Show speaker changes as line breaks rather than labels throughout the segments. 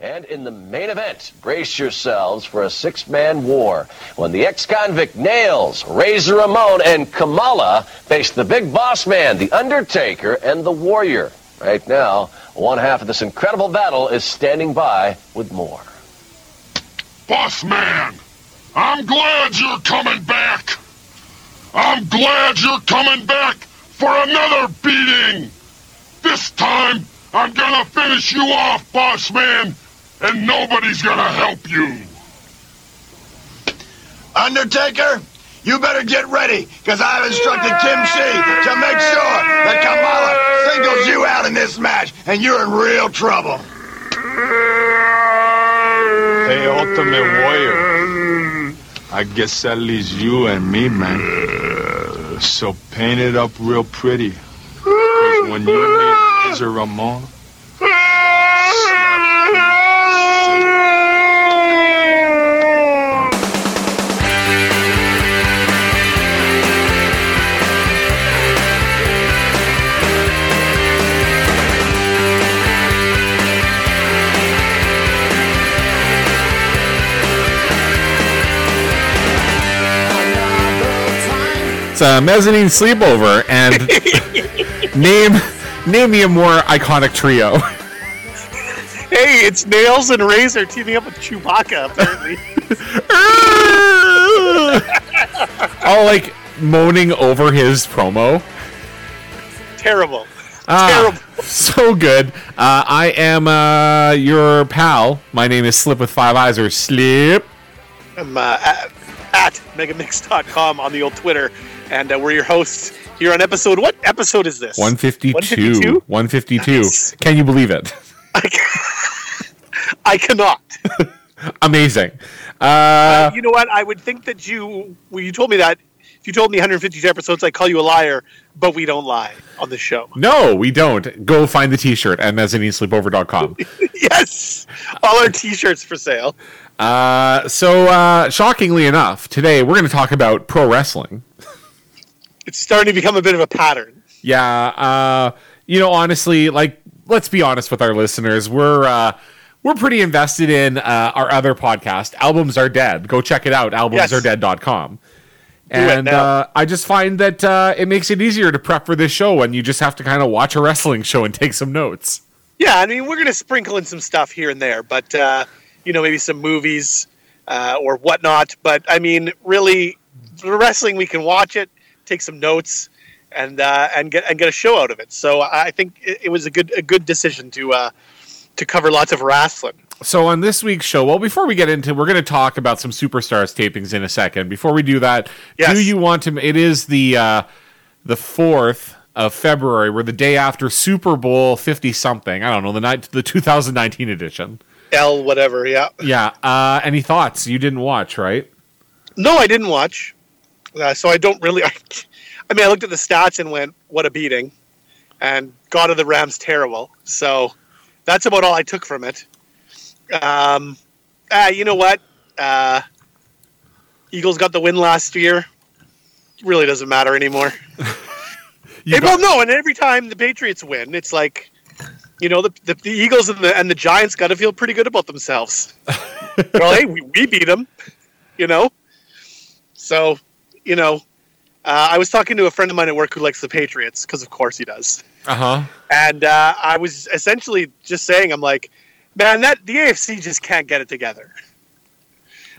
And in the main event, brace yourselves for a six man war when the ex convict Nails, Razor Ramon, and Kamala face the big boss man, The Undertaker, and The Warrior. Right now, one half of this incredible battle is standing by with more.
Boss man, I'm glad you're coming back. I'm glad you're coming back for another beating. This time, I'm gonna finish you off, boss man, and nobody's gonna help you.
Undertaker, you better get ready, because I've instructed Kim C to make sure that Kamala singles you out in this match, and you're in real trouble.
Hey, Ultimate Warrior. I guess that leaves you and me, man. So paint it up real pretty. 'Cause when you meet Razor Ramon,
It's a mezzanine sleepover, and name name me a more iconic trio.
Hey, it's Nails and Razor teaming up with Chewbacca, apparently.
All like moaning over his promo.
Terrible.
Ah,
Terrible.
so good. Uh, I am uh, your pal. My name is Slip with Five Eyes, or Slip.
I'm uh, at, at megamix.com on the old Twitter, and uh, we're your hosts here on episode. What episode is this?
152.
152?
152.
Nice.
Can you believe it?
I cannot.
Amazing. Uh,
you know what? I would think that you, well, you told me that. If you told me 152 episodes, I'd call you a liar, but we don't lie on the show.
no, we don't. Go find the t shirt at mezzaninesleepover.com.
yes! All our t shirts for sale.
Uh, so, uh, shockingly enough, today we're going to talk about pro wrestling.
It's starting to become a bit of a pattern.
Yeah, uh, you know, honestly, like let's be honest with our listeners, we're uh, we're pretty invested in uh, our other podcast, Albums Are Dead. Go check it out, albumsaredead.com.
it
And
now.
uh, I just find that uh, it makes it easier to prep for this show when you just have to kind of watch a wrestling show and take some notes.
Yeah, I mean, we're going to sprinkle in some stuff here and there, but, uh, you know, maybe some movies uh, or whatnot. But, I mean, really, the wrestling, we can watch it, take some notes. And, uh, and get and get a show out of it. So I I think it it was a good a good decision to uh, to cover lots of wrestling.
So on this week's show, well, before we get into, we're going to talk about some superstars tapings in a second. Before we do that,
Yes.
do you want to? It is the uh, the fourth of February, we're the day after Super Bowl fifty something. I don't know the night, the two thousand nineteen edition.
L whatever. Yeah.
Yeah. Uh, any thoughts? You didn't watch, right?
No, I didn't watch. Uh, so I don't really. I, mean, I looked at the stats and went, "What a beating!" And God of the Rams terrible. So that's about all I took from it. Um, ah, you know what? Uh, Eagles got the win last year. Really doesn't matter anymore.
You
Eh,
got-
well, no, and every time the Patriots win, it's like, you know, the, the, the Eagles and the and the Giants got to feel pretty good about themselves. well, hey, we, we beat them, you know. So, you know, uh, I was talking to a friend of mine at work who likes the Patriots because, of course, he does.
uh huh.
And uh, I was essentially just saying, I'm like, man, that the AFC just can't get it together.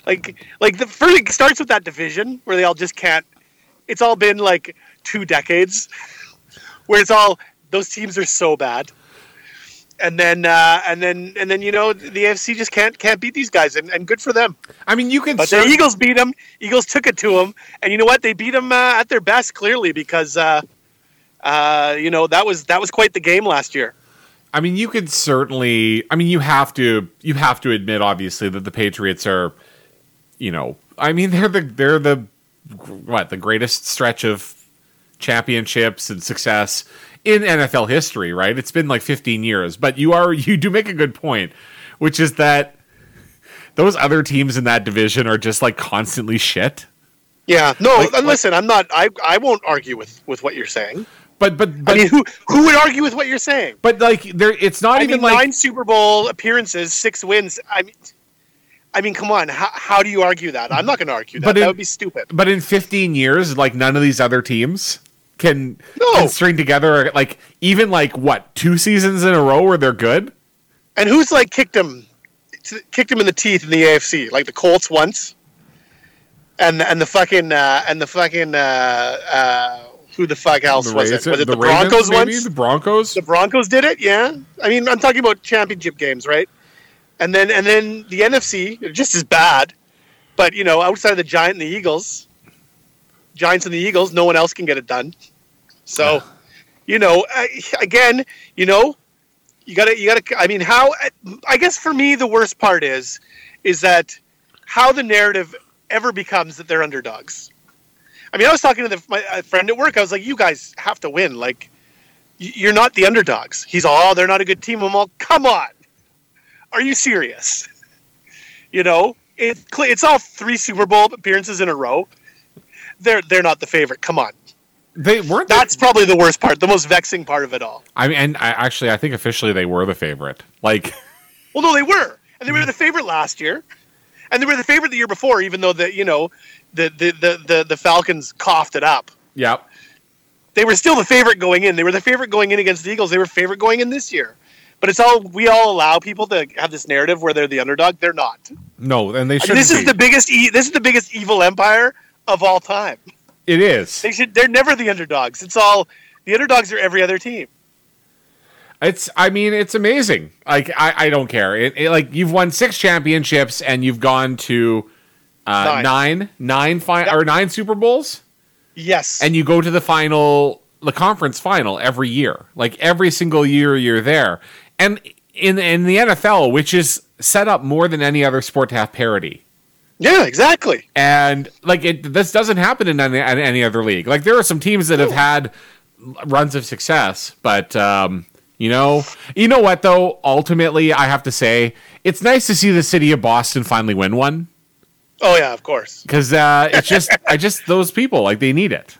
Like, like the first it starts with that division where they all just can't. It's all been like two decades where it's all those teams are so bad, and then uh, and then and then you know the AFC just can't can't beat these guys, and, and good for them.
I mean, you can.
But
cer-
the Eagles beat them. Eagles took it to them, and you know what? They beat them uh, at their best, clearly, because uh, uh, you know that was that was quite the game last year.
I mean, you could certainly. I mean, you have to. You have to admit, obviously, that the Patriots are. You know, I mean, they're the they're the what the greatest stretch of championships and success in NFL history, right? It's been like 15 years, but you are you do make a good point, which is that those other teams in that division are just like constantly shit.
Yeah. No, and listen, I'm not. I I won't argue with with what you're saying.
But but but
I mean, who who would argue with what you're saying?
but like there, it's not
I
even
mean,
like
nine Super Bowl appearances, six wins. I mean, I mean, come on. How, how do you argue that? I'm not going to argue that.
But it-
that would be stupid.
but in 15 years like none of these other teams can,
No.
can string together like even like what two seasons in a row where they're good
And who's like kicked him, t- kicked him in the teeth in the AFC? Like the Colts once, and and the fucking uh, and the fucking uh, uh, who the fuck else was
Ravens-
it? Was it the,
Ravens,
Broncos
maybe?
once?
the broncos
The Broncos did it. Yeah, I mean, I'm talking about championship games, right? And then and then the NFC they're just as bad, but you know, outside of the Giant and the Eagles, Giants and the Eagles, no one else can get it done. So, you know, I, again, you know, you gotta you gotta. I mean, how? I guess for me, the worst part is is that how the narrative ever becomes that they're underdogs. I mean, I was talking to the, my a friend at work. I was like, "You guys have to win. Like, y- you're not the underdogs." He's all, "Oh, they're not a good team." I'm all, "Come on, are you serious?" you know, it, cle- it's all three Super Bowl appearances in a row. They're they're not the favorite. Come on,
they weren't the-
that's probably the worst part, the most vexing part of it all.
i mean and I, actually i think officially they were the favorite like
Well, no, they were, and they were the favorite last year, and they were the favorite the year before, even though the you know the the the the, the Falcons coughed it up.
yeah
They were still the favorite going in. They were the favorite going in against the Eagles. They were favorite going in this year. But it's all we all allow people to have this narrative where they're the underdog. They're not.
no and they
I
should
mean, this is the biggest. E- this is the biggest evil empire of all time.
it is
They should. They're never the underdogs. It's all the underdogs are every other team.
It's. I mean, it's amazing. Like I, I don't care. It, it- like you've won six championships and you've gone to uh,
Nine.
nine, nine fi-
Yep.
or nine Super Bowls,
Yes.
and you go to the final, the conference final every year. Like every single year, you're there. And in in the NFL, which is set up more than any other sport to have parity.
yeah. Exactly.
And like it, this doesn't happen in any, in any other league. Like there are some teams that have had runs of success, but um, you know, you know what though. Ultimately, I have to say it's nice to see the city of Boston finally win one
Oh yeah. Of course.
because uh, it's just I just those people like they need it.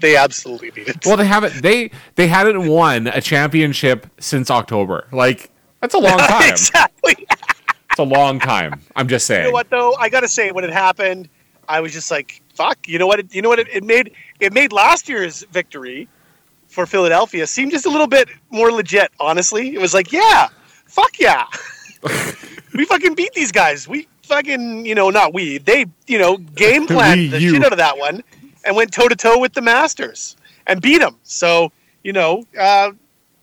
they absolutely need it.
Well, they haven't they they hadn't won a championship since October. Like that's a long time. It's
exactly.
a long time. I'm just saying.
You know what though? I gotta say, when it happened, I was just like, "Fuck!" You know what? It, you know what? It, it made it made last year's victory for Philadelphia seem just a little bit more legit. Honestly, it was like, "Yeah, fuck yeah, we fucking beat these guys. We fucking you know not we they you know game planned the
you.
shit out of that one and went toe to toe with the Masters and beat them. So you know, uh,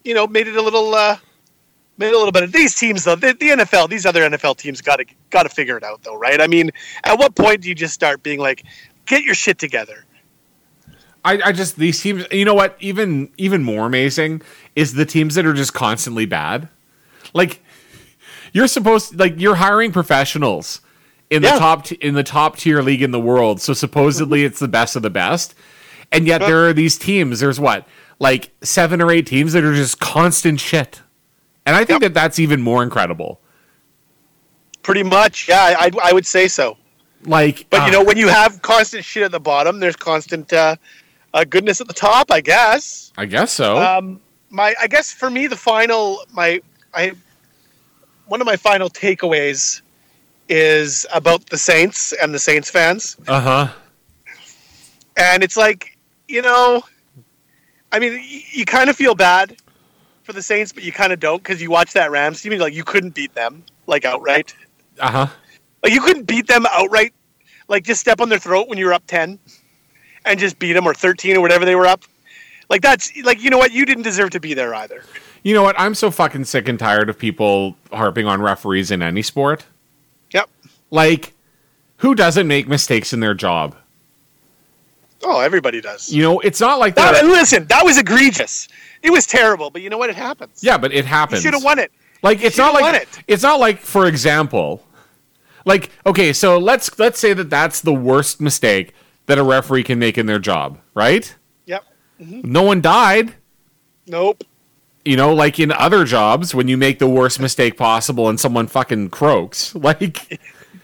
you know, made it a little." Uh, Made a little bit of these teams though. The, the NFL, these other NFL teams, got to got to figure it out though, right? I mean, at what point do you just start being like, get your shit together?
I, I just these teams. You know what? Even even more amazing is the teams that are just constantly bad. Like you're supposed like you're hiring professionals in the
Yeah. Mm-hmm.
top t- in the top tier league in the world. So supposedly it's the best of the best, and yet there are these teams. There's what like seven or eight teams that are just constant shit, and I think that that's even more incredible.
Pretty much, yeah, I, I would say so.
Like,
But you
uh,
know, when you have constant shit at the bottom, there's constant uh, uh, goodness at the top, I guess.
I guess so.
Um, my, I guess for me, the final, my, I, one of my final takeaways is about the Saints and the Saints fans.
Uh huh.
and it's like you know i mean you, you kind of feel bad for the saints but you kind of don't because you watch that rams team and you're like you couldn't beat them like outright
Uh huh.
like you couldn't beat them outright like just step on their throat when you were up 10 and just beat them or 13 or whatever they were up like that's like you know what you didn't deserve to be there either
You know what? I'm so fucking sick and tired of people harping on referees in any sport.
yep
Like, who doesn't make mistakes in their job?
oh everybody does
You know, it's not like
That-
that.
listen that was egregious it was terrible but you know what it happens
Yeah, but it happens.
should have won it
Like, it's not
should've
like
won it.
it's not like, for example, like okay, so let's let's say that that's the worst mistake that a referee can make in their job, right?
yep
No one died.
nope
You know, like in other jobs, when you make the worst mistake possible and someone fucking croaks, like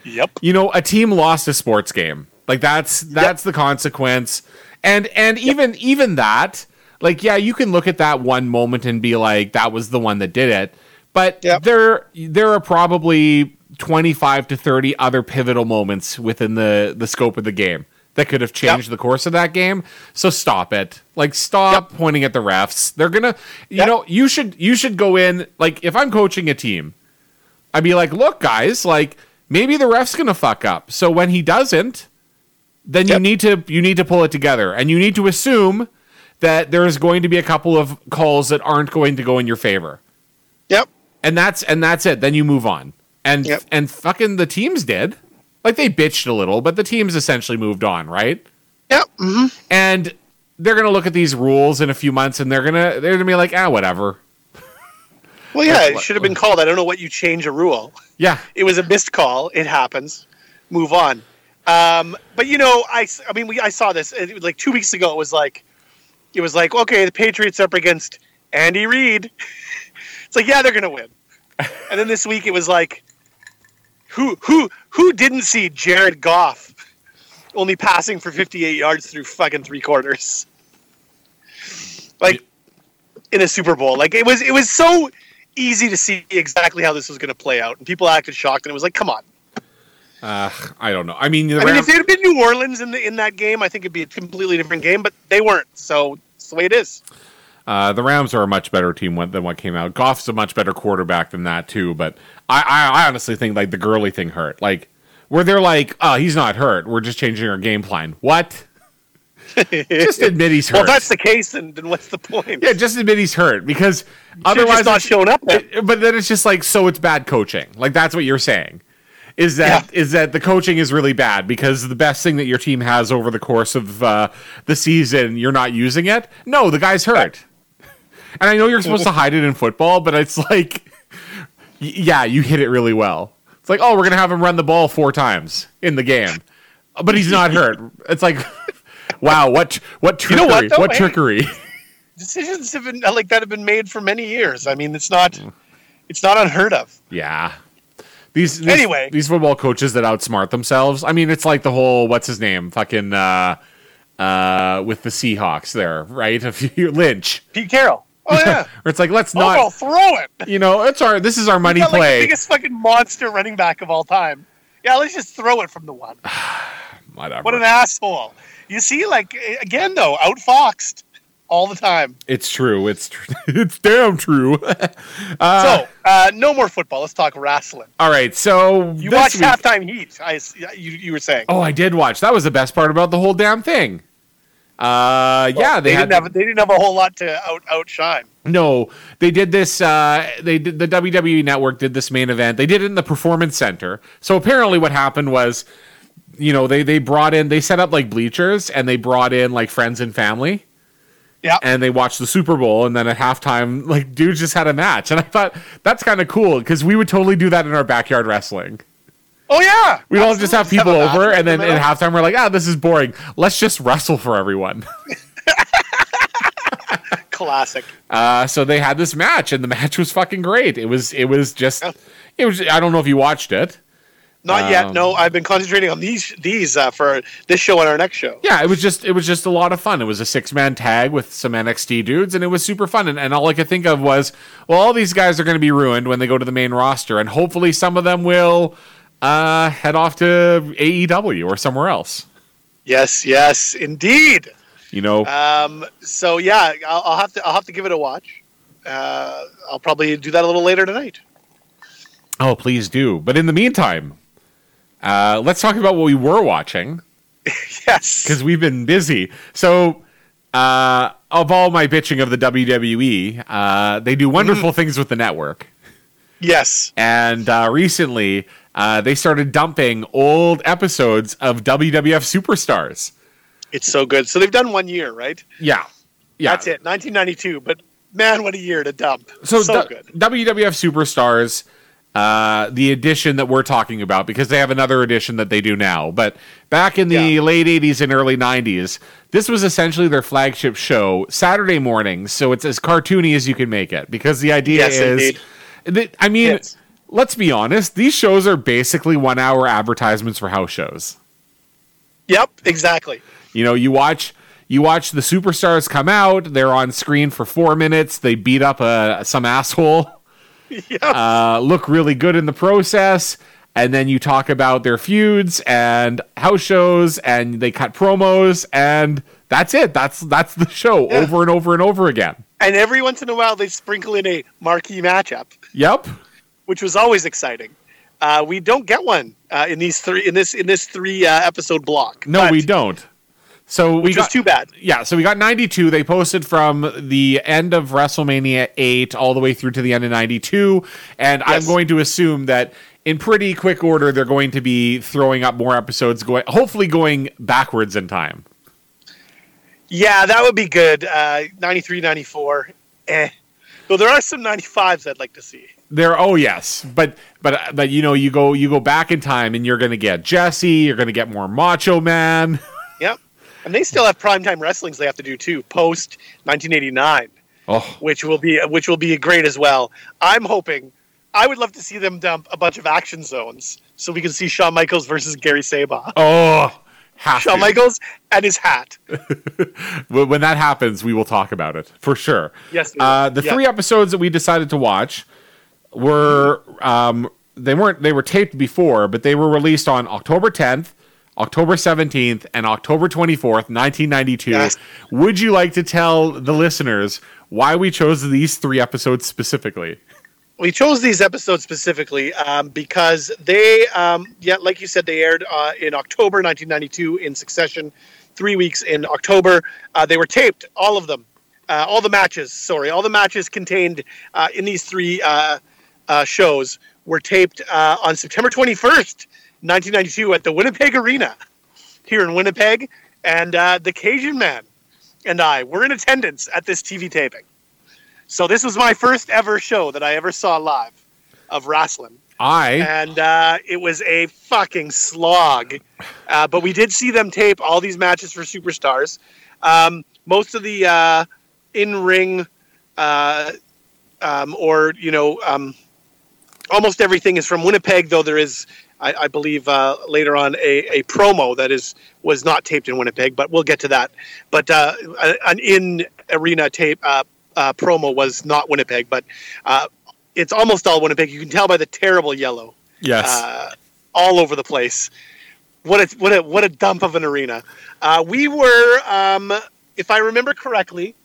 yep
you know a team lost a sports game like that's that's the consequence and and even even that Like, yeah, you can look at that one moment and be like, that was the one that did it. But
Yep.
there there are probably 25 to 30 other pivotal moments within the, the scope of the game that could have changed the course of that game. So stop it. Like stop pointing at the refs. They're gonna you
Yep.
know, you should you should go in like if I'm coaching a team, I'd be like, look, guys, like maybe the ref's gonna fuck up. So when he doesn't, then you
Yep.
need to you need to pull it together and you need to assume that there is going to be a couple of calls that aren't going to go in your favor
Yep.
and that's and that's it then you move on and
Yep.
and fucking the teams did like they bitched a little but the teams essentially moved on right
Yep. hmm
and they're gonna look at these rules in a few months and they're gonna they're gonna be like ah whatever
Well, yeah, it should have been called. I don't know what you change a rule.
yeah
It was a missed call. It happens. Move on. Um, but you know, I, s- I mean, we I saw this it, was like two weeks ago. It was like, it was like, okay, the Patriots up against Andy Reid. it's like, yeah, they're gonna win. and then this week it was like, who who who didn't see Jared Goff only passing for 58 yards through fucking three quarters, like in a Super Bowl? Like it was it was so easy to see exactly how this was going to play out, and people acted shocked, and it was like, come on.
i don't know i mean the
I mean,
Rams-
if they had been New Orleans in the, in that game, I think it'd be a completely different game, but they weren't, so it's the way it is.
Uh, the Rams are a much better team wh- than what came out. Goff's a much better quarterback than that too. But I, I, I honestly think like the Gurley thing hurt. Like where they're like, oh, he's not hurt. We're just changing our game plan. What? just admit he's hurt.
Well, if that's the case, then, then what's the point?
yeah, just admit he's hurt because
Should've
otherwise,
just not
it's-
showing up. Then.
it- but then it's just like so it's bad coaching. Like that's what you're saying. Is that is that the coaching is really bad because the best thing that your team has over the course of uh, the season you're not using it? No, the guy's hurt. And I know you're supposed to hide it in football, but it's like y- yeah, you hit it really well. It's like, "Oh, we're going to have him run the ball four times in the game." But he's not hurt. It's like wow, what what
know
trickery?
what, though? eh?
what
Hey.
trickery?
Decisions have been like that have been made for many years. I mean, it's not, it's not unheard of.
Yeah. These, these
Anyway.
these football coaches that outsmart themselves. I mean, it's like the whole what's his name, fucking uh, uh, with the Seahawks there, right? A few Lynch.
Pete Carroll. Oh yeah.
Or it's like let's
oh, well,
not,
throw it.
you know, it's our this is our money
He's got, like,
play.
the biggest fucking monster running back of all time. Yeah, let's just throw it from the one.
Whatever.
What an asshole. You see, like, again, though, outfoxed all the time.
it's true. It's tr- it's damn true.
so, uh, no more football. Let's talk wrestling.
All right, so
You
this
watched
week-
halftime heat. I, s- you, you were saying.
Oh, I did watch. That was the best part about the whole damn thing. Uh, yeah, they,
they,
had
didn't have they didn't have a whole lot to out outshine.
No, they did this. Uh, they did the WWE Network did this main event. They did it in the Performance Center. So apparently, what happened was, you know, they they brought in they set up like bleachers and they brought in like friends and family
Yeah,
and they watched the Super Bowl and then at halftime, like dudes just had a match. And I thought that's kind of cool because we would totally do that in our backyard wrestling.
oh yeah.
We'd all just have people
Absolutely. Have a
over
match
and then
in
at
the middle.
halftime we're like, ah, this is boring. Let's just wrestle for everyone.
Classic.
Uh, so they had this match, and the match was fucking great. It was it was just it was. I don't know if you watched it.
Not
Um,
yet. No, I've been concentrating on these these uh, for this show and our next show.
Yeah, it was just it was just a lot of fun. It was a six man tag with some NXT dudes, and it was super fun. And, and all I could think of was, well, all these guys are going to be ruined when they go to the main roster, and hopefully some of them will uh, head off to AEW or somewhere else.
Yes, yes, indeed.
You know,
Um, so yeah, I'll, I'll have to I'll have to give it a watch. Uh, I'll probably do that a little later tonight.
oh please do. But in the meantime, uh, let's talk about what we were watching.
Yes.
because we've been busy. So, uh, of all my bitching of the WWE, uh, they do wonderful things with the network.
Yes.
And uh, recently, uh, they started dumping old episodes of WWF Superstars.
It's so good. So they've done one year, right?
Yeah, yeah,
That's it. 1992. But man, what a year to dump.
So,
So,
du-
good.
WWF Superstars, uh, the edition that we're talking about, because they have another edition that they do now. But back in the
Yeah.
late 80s and early 90s, this was essentially their flagship show, Saturday mornings. So it's as cartoony as you can make it, because the idea
Yes,
is.
indeed.
That, I mean,
Yes.
let's be honest, these shows are basically one hour advertisements for house shows.
Yep. Exactly.
You know, you watch You watch the superstars come out. They're on screen for four minutes. They beat up a some asshole. Uh, look really good in the process. And then you talk about their feuds and house shows, and they cut promos, and that's it. That's that's the show
Yeah.
over and over and over again.
And every once in a while, they sprinkle in a marquee matchup,
Yep.
which was always exciting. Uh, we don't get one uh, in these three in this in this three uh, episode block.
No,
but-
we don't. So we
Which was
got
too bad.
yeah. So we got ninety two. They posted from the end of WrestleMania eight all the way through to the end of ninety two, and I'm
Yes.
going to assume that in pretty quick order they're going to be throwing up more episodes, going hopefully going backwards in time.
Yeah, that would be good. Uh, 93, 94. Eh. Though there are some 95s I'd like to see.
There. Oh yes, but but but you know you go you go back in time and you're going to get Jesse. You're going to get more Macho Man.
Yep. And they still have primetime wrestlings they have to do too, post 1989,
Oh
which will be which will be great as well. I'm hoping I would love to see them dump a bunch of action zones so we can see Shawn Michaels versus Gary Sabah.
oh. Have
Shawn
to.
Michaels and his hat.
Wh- when that happens, we will talk about it for sure.
Yes, we will.
Uh, the
Yeah.
three episodes that we decided to watch were um, they weren't they were taped before, but they were released on October 10th, October 17th, and October 24th, 1992.
Yes.
Would you like to tell the listeners why we chose these three episodes specifically?
we chose these episodes specifically um, because they, um, yeah, like you said, they aired uh, in October 1992 in succession, three weeks in October. Uh, they were taped, all of them, uh, all the matches. Sorry, all the matches contained uh, in these three uh, uh, shows were taped uh, on September 21st, 1992, at the Winnipeg Arena here in Winnipeg, and uh, the Cajun Man and I were in attendance at this TV taping. So this was my first ever show that I ever saw live of wrestling,
I
and uh, it was a fucking slog. Uh, but we did see them tape all these matches for superstars. Um, most of the uh, in-ring, uh, um, or you know, um, almost everything is from Winnipeg. Though there is, I, I believe, uh, later on a, a promo that is was not taped in Winnipeg, but we'll get to that. But uh, an in-arena tape uh, uh, promo was not Winnipeg, but uh, it's almost all Winnipeg. You can tell by the terrible yellow
yes.
uh, all over the place. What a what a what a dump of an arena. Uh, we were, um, if I remember correctly,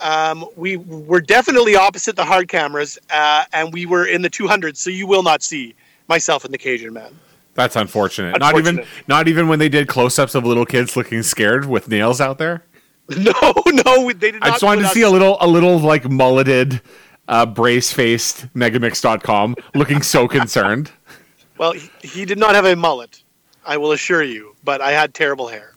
um, we were definitely opposite the hard cameras, uh, and we were in the 200s. So you will not see myself and the Cajun man.
That's unfortunate. Not even
Unfortunate.
not even when they did close-ups of little kids looking scared with nails out there.
No, no, they did not.
I just wanted
put
to
us-
see a little, a little like mulleted, uh, brace faced megamix.com looking so concerned.
Well, he, he did not have a mullet, I will assure you, but I had terrible hair.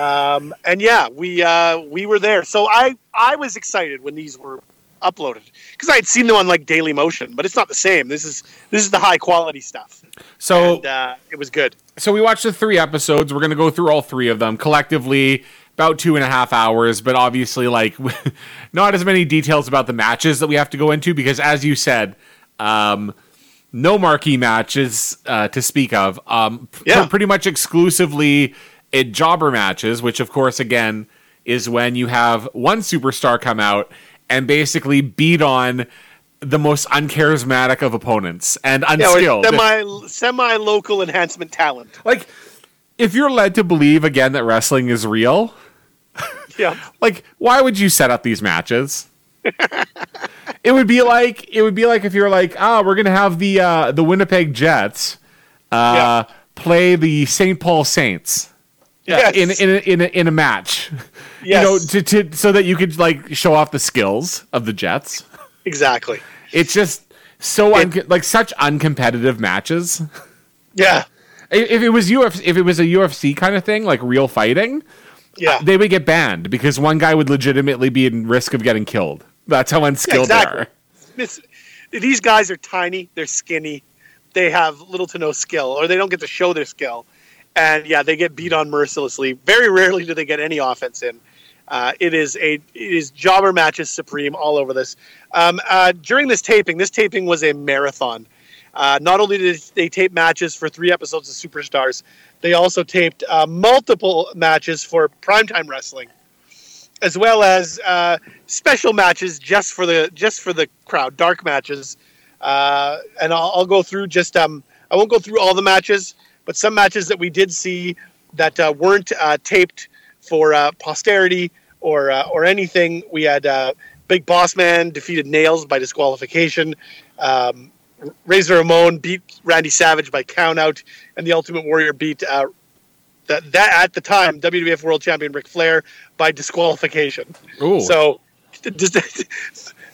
um, and yeah, we uh, we were there. So I I was excited when these were uploaded because I had seen them on like Daily Motion, but it's not the same. This is this is the high quality stuff,
So,
and uh, it was good.
so we watched the three episodes. We're gonna go through all three of them collectively, about two and a half hours. But obviously, like, not as many details about the matches that we have to go into because, as you said, um, no marquee matches uh, to speak of. Um, pr-
Yeah.
pretty much exclusively it jobber matches, which of course again is when you have one superstar come out and basically beat on the most uncharismatic of opponents and
Yeah, or
unskilled.
semi semi local enhancement talent.
like if you're led to believe again that wrestling is real,
Yeah,
like why would you set up these matches it would be like it would be like if you're like ah we're gonna have the uh the winnipeg jets uh play the st paul saints uh,
yeah.
in in a, in a, in a match
yes,
you know to, to so that you could like show off the skills of the jets
exactly.
it's just so un- like such uncompetitive matches
Yeah,
if if it was UFC, if it was a UFC kind of thing, like real fighting,
yeah.
they would get banned because one guy would legitimately be in risk of getting killed. That's how unskilled
exactly. It's- these guys are tiny. They're skinny. They have little to no skill, or they don't get to show their skill. And yeah, they get beat on mercilessly. Very rarely do they get any offense in. Uh, it is a it is jobber matches supreme all over this. Um, uh, during this taping, this taping was a marathon. Uh, not only did they tape matches for three episodes of Superstars, They also taped uh, multiple matches for primetime wrestling, as well as uh, special matches just for the just for the crowd, dark matches. Uh, and I'll, I'll go through just um, I won't go through all the matches, but some matches that we did see that uh, weren't uh, taped for uh, posterity or uh, or anything. We had uh, Big Boss Man defeated Nails by disqualification. Um, Razor Ramon beat Randy Savage by countout, and the Ultimate Warrior beat uh, that that at the time WWF World Champion Ric Flair by disqualification.
Ooh.
So, just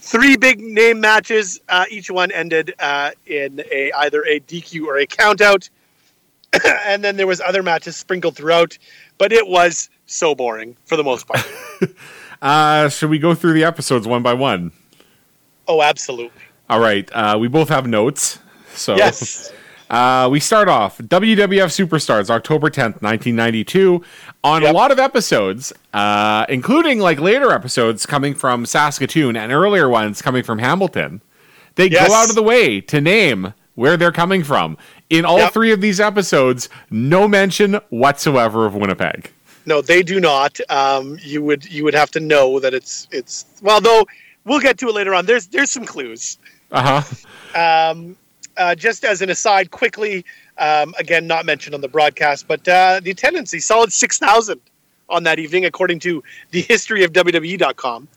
three big name matches. Uh, each one ended uh, in a either a DQ or a countout, and then there was other matches sprinkled throughout. But it was so boring for the most part.
uh, should we go through the episodes one by one?
oh, absolutely.
All right. Uh, we both have notes. So
Yes.
Uh, we start off WWF Superstars, October 10th, 1992. On a
Yep.
lot of episodes, uh, including like later episodes coming from Saskatoon and earlier ones coming from Hamilton, they
Yes.
go out of the way to name where they're coming from. In all
Yep.
three of these episodes, no mention whatsoever of Winnipeg.
No, they do not. Um, you would you would have to know that it's it's well though we'll get to it later on. There's there's some clues.
Uh huh.
Uh, just as an aside, quickly, um, again not mentioned on the broadcast, but uh, the attendance a solid six thousand on that evening, according to the history of WWE.com.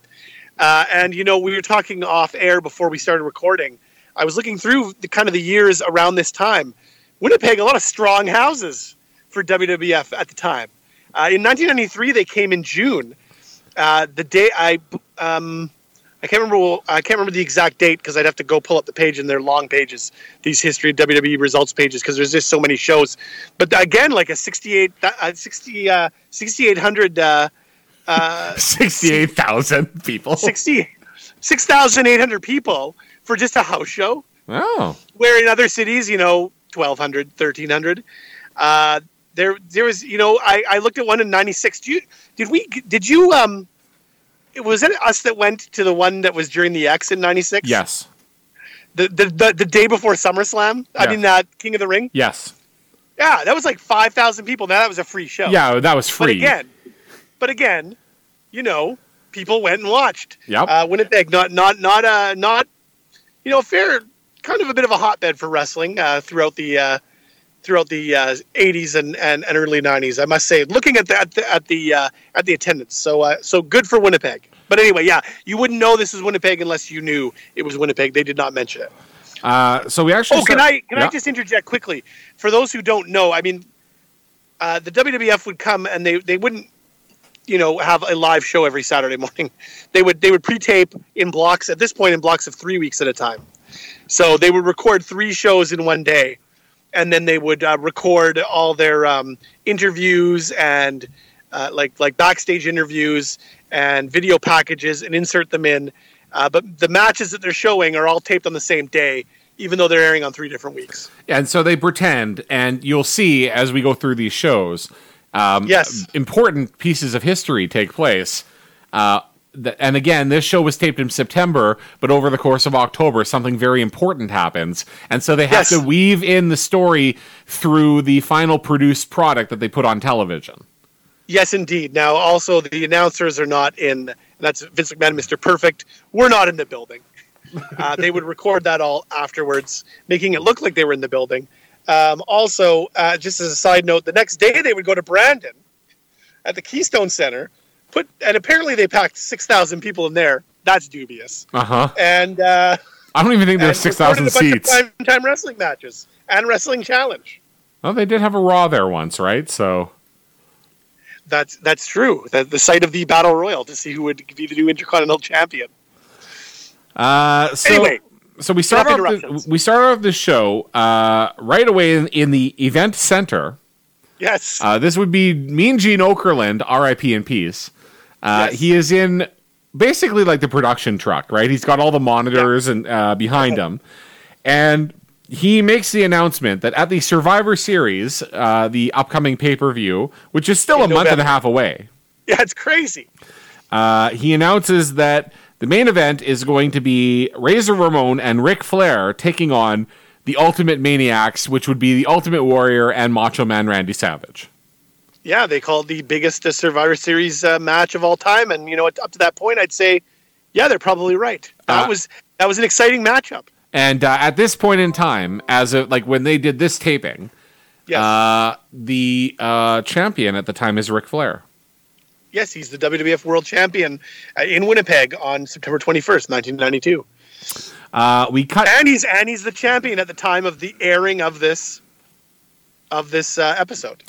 Uh, and you know we were talking off air before we started recording. I was looking through the kind of the years around this time. Winnipeg, a lot of strong houses for WWF at the time. Uh, in 1993, they came in June. Uh, the day I, um, I can't remember. I can't remember the exact date because I'd have to go pull up the page in their long pages, these history of WWE results pages, because there's just so many shows. But again, like a 68, uh, 60, uh, 6,800, uh,
68,000 people.
60 6,800 people for just a house show.
Oh.
where in other cities, you know, 1,200, 1,300. Uh, there, there was, you know, I, I looked at one in '96. Do you, did we? Did you? Um, it was it us that went to the one that was during the X in '96?
Yes.
The, the the the day before SummerSlam. I
Yeah.
mean, uh, King of the Ring.
Yes.
Yeah, that was like five thousand people. Now that was a free show.
Yeah, that was
But
free.
again, but again, you know, people went and watched.
Yep.
Uh, Winnipeg, not not not uh, not, you know, fair, kind of a bit of a hotbed for wrestling uh, throughout the uh, throughout the uh, '80s and, and, and early '90s. I must say, looking at the at the at the, uh, at the attendance, so uh, so good for Winnipeg. But anyway, yeah, you wouldn't know this was Winnipeg unless you knew it was Winnipeg. They did not mention it.
uh, so we actually.
Oh, can
start-
I can
Yeah.
I just interject quickly for those who don't know? I mean, uh, the WWF would come and they they wouldn't, you know, have a live show every Saturday morning. They would they would pre-tape in blocks at this point in blocks of three weeks at a time. So they would record three shows in one day, and then they would uh, record all their um, interviews and uh, like like backstage interviews and video packages and insert them in. Uh, but the matches that they're showing are all taped on the same day, even though they're airing on three different weeks.
And so they pretend, and you'll see as we go through these shows, um,
Yes.
important pieces of history take place. Uh, th- and again, this show was taped in September, but over the course of October, something very important happens. And so they have
Yes.
to weave in the story through the final produced product that they put on television.
Yes, indeed. Now, also the announcers are not in. That's Vince McMahon, and Mr. Perfect. We're not in the building. Uh, they would record that all afterwards, making it look like they were in the building. Um, also, uh, just as a side note, the next day they would go to Brandon at the Keystone Center. Put and apparently they packed six thousand people in there. That's dubious.
Uh huh.
And uh,
I don't even think there's
and
six thousand
recorded a bunch
seats.
of primetime wrestling matches and wrestling challenge.
Oh, they did have a Raw there once, right? So
That's that's true. The, the site of the battle royal to see who would be the new intercontinental champion.
Uh, so,
Anyway,
so we start
enough
off the,
interruptions.
we start off the show uh, right away in, in the event center.
Yes.
Uh, this would be Mean Gene Okerlund, R.I.P. in peace. Uh,
Yes.
He is in basically like the production truck, right? He's got all the monitors and uh, behind him, and he makes the announcement that at the Survivor Series, uh, the upcoming pay per view, which is still a month and
November.
a half away,
yeah, it's crazy.
uh, he announces that the main event is going to be Razor Ramon and Ric Flair taking on the Ultimate Maniacs, which would be the Ultimate Warrior and Macho Man Randy Savage.
Yeah, they call it the biggest uh, Survivor Series uh, match of all time, and you know, up to that point, I'd say, yeah, they're probably right. That
Uh,
was that was an exciting matchup.
And uh, at this point in time, as of like when they did this taping,
Yes,
uh, the uh, champion at the time is Ric Flair.
yes, he's the WWF World Champion uh, in Winnipeg on September twenty first, nineteen ninety two,
Uh, we cut.
and he's and he's the champion at the time of the airing of this of this uh, episode.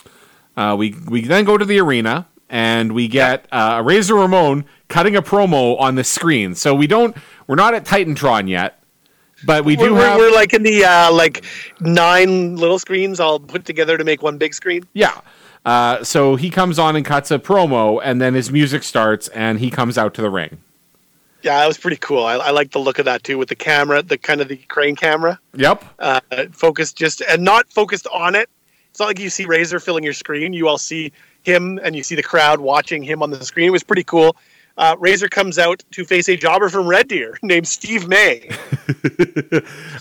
Uh, we we then go to the arena and we get uh, Razor Ramon cutting a promo on the screen. So we don't we're not at Titantron yet, but we
We're,
do
we're,
have
we're like in the uh, like nine little screens all put together to make one big screen.
yeah. Uh, so he comes on and cuts a promo, and then his music starts, and he comes out to the ring.
Yeah, that was pretty cool. I, I like the look of that too, with the camera, the kind of the crane camera
Yep.
uh, focused just and not focused on it. It's not like you see Razor filling your screen. You all see him and you see the crowd watching him on the screen. It was pretty cool. Uh, Razor comes out to face a jobber from Red Deer named Steve May.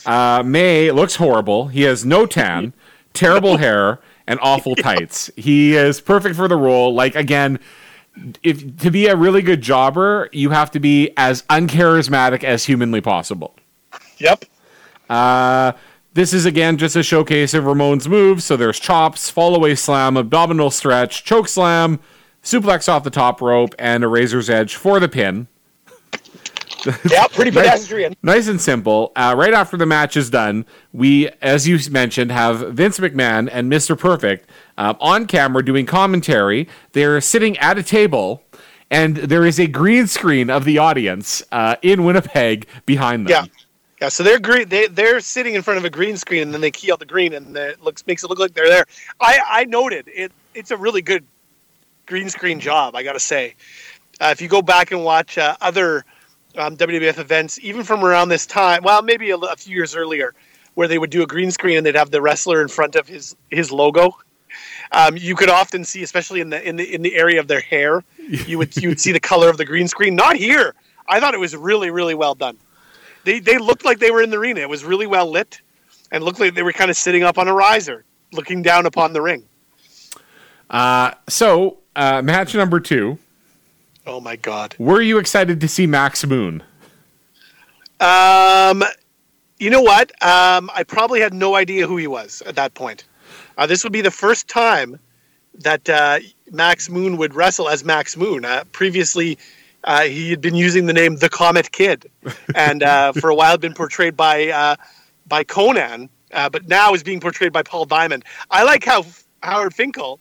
Uh, May looks horrible. He has no tan, terrible hair, and awful tights. He is perfect for the role. Like again, if to be a really good jobber, you have to be as uncharismatic as humanly possible.
Yep.
This is again just a showcase of Ramon's moves. So there's chops, fall away slam, abdominal stretch, choke slam, suplex off the top rope, and a razor's edge for the pin.
Yeah, pretty pedestrian.
Nice and simple. Uh, right after the match is done, we, as you mentioned, have Vince McMahon and Mr. Perfect um, on camera doing commentary. They're sitting at a table, and there is a green screen of the audience uh, in Winnipeg behind
Yeah.
them.
Yeah, so they're green. They they're sitting in front of a green screen, and then they key out the green, and it looks makes it look like they're there. I I noted it. It's a really good green screen job. I gotta say, uh, if you go back and watch uh, other um, WWF events, even from around this time, well, maybe a, li- a few years earlier, where they would do a green screen and they'd have the wrestler in front of his his logo. Um, you could often see, especially in the in the in the area of their hair, you would you would see the color of the green screen. Not here. I thought it was really really well done they they looked like they were in the arena. It was really well lit, and looked like they were kind of sitting up on a riser, looking down upon the ring.
So, uh, match number two.
Oh my god!
Were you excited to see Max Moon?
Um, you know what? Um, I probably had no idea who he was at that point. Uh, this would be the first time that uh, Max Moon would wrestle as Max Moon. Uh, previously, uh, he had been using the name the Comet Kid, and uh, for a while had been portrayed by uh, by Conan, uh, but now is being portrayed by Paul Diamond. I like how F- Howard Finkel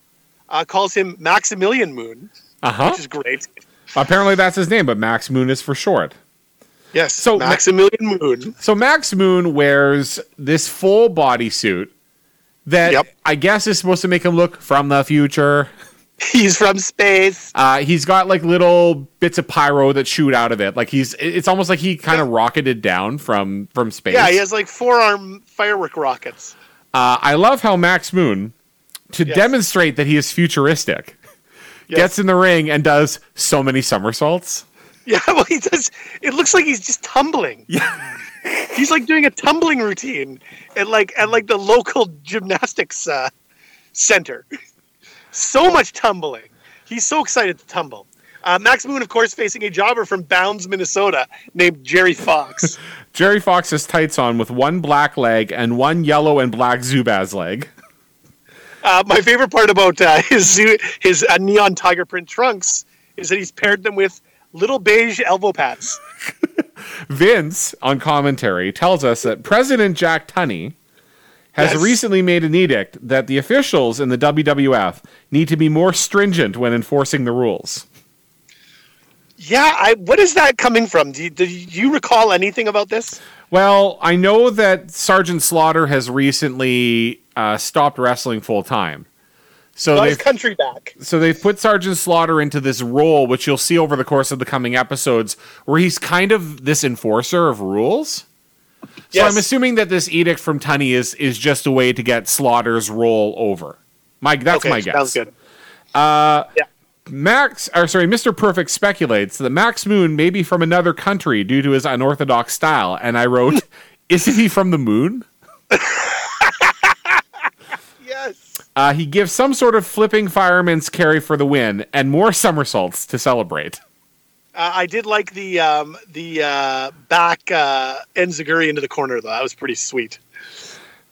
uh, calls him Maximilian Moon,
Uh huh.
which is great.
Apparently, that's his name, but Max Moon is for short.
Yes,
So
so
Ma-
Maximilian Moon.
So Max Moon wears this full bodysuit that
Yep.
I guess is supposed to make him look from the future.
He's from space.
Uh, he's got like little bits of pyro that shoot out of it. Like he's, it's almost like he kind of rocketed down from from space.
Yeah, he has like forearm firework rockets.
Uh, I love how Max Moon, to
Yes.
demonstrate that he is futuristic,
Yes.
gets in the ring and does so many somersaults.
Yeah, well, he does. It looks like he's just tumbling. Yeah, he's like doing a tumbling routine at like at like the local gymnastics uh, center. So much tumbling. He's so excited to tumble. Uh, Max Moon, of course, facing a jobber from Bounds, Minnesota, named Jerry Fox.
Jerry Fox has tights on with one black leg and one yellow and black Zubaz leg.
Uh, my favorite part about uh, his zoo, his uh, neon tiger print trunks is that he's paired them with little beige elbow pads.
Vince on commentary tells us that President Jack Tunney has
Yes.
recently made an edict that the officials in the WWF need to be more stringent when enforcing the rules.
Yeah, I, what is that coming from? Do you, do you recall anything about this?
Well, I know that Sergeant Slaughter has recently uh, stopped wrestling full time. So
Got
they've
his country back.
so they've put Sergeant Slaughter into this role, which you'll see over the course of the coming episodes, where he's kind of this enforcer of rules. So
Yes.
I'm assuming that this edict from Tunney is is just a way to get Slaughter's role over. Mike, that's
Okay,
my guess.
Sounds good.
Max, or sorry, Mr. Perfect speculates that Max Moon may be from another country due to his unorthodox style, and I wrote, "Isn't he from the moon?"
Yes.
Uh, he gives some sort of flipping fireman's carry for the win and more somersaults to celebrate.
Uh, I did like the um, the uh, back uh, Enziguri into the corner though. That was pretty sweet.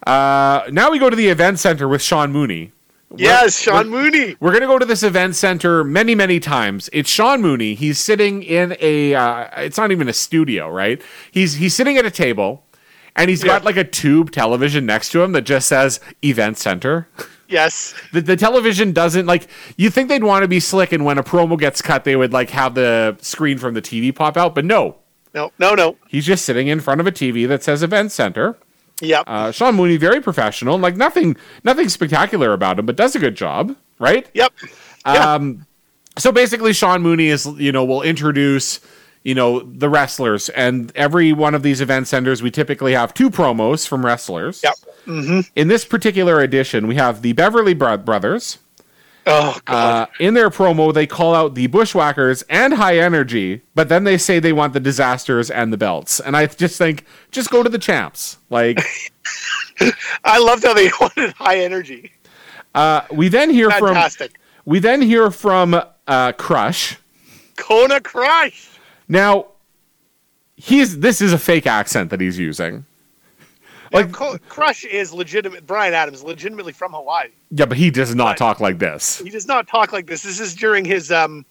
Uh, now we go to the event center with Sean Mooney.
yes, Sean Mooney.
We're going to go to this event center many, many times. It's Sean Mooney. He's sitting in a, uh, it's not even a studio, right? He's, he's sitting at a table and he's got
Yeah.
like a tube television next to him that just says event center.
Yes.
The, the television doesn't like you think they'd want to be slick and when a promo gets cut they would like have the screen from the TV pop out but no
No. No. No.
he's just sitting in front of a TV that says event center
Yep.
uh, Sean Mooney very professional like nothing nothing spectacular about him but does a good job right
yep.
so basically Sean Mooney is you know will introduce you know the wrestlers and every one of these event centers we typically have two promos from wrestlers
Yep.
in this particular edition we have the Beverly Bro- Brothers
Oh God.
Uh, in their promo, they call out the Bushwhackers and High Energy, but then they say they want the Disasters and the belts. And I just think, just go to the champs. Like
I loved how they wanted high energy.
uh, we then hear
Fantastic.
from we then hear from uh, Crush.
Kona Crush.
Now he's this is a fake accent that he's using.
Like Crush is legitimate. Brian Adams legitimately from Hawaii.
Yeah, but he does not talk like this.
He does not talk like this. This is during his um,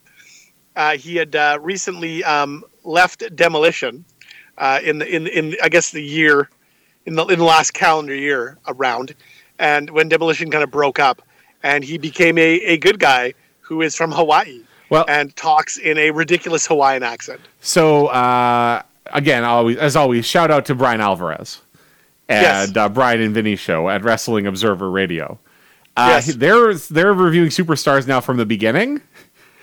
uh, he had uh, recently um, left demolition uh, in the in in I guess the year in the in the last calendar year around, and when demolition kind of broke up, and he became a a good guy who is from Hawaii.
Well-
and talks in a ridiculous Hawaiian accent.
So uh, again, always as always, shout out to Brian Alvarez and
Yes.
uh, Brian and Vinny show at Wrestling Observer Radio. Uh,
Yes.
They're they're reviewing superstars now from the beginning,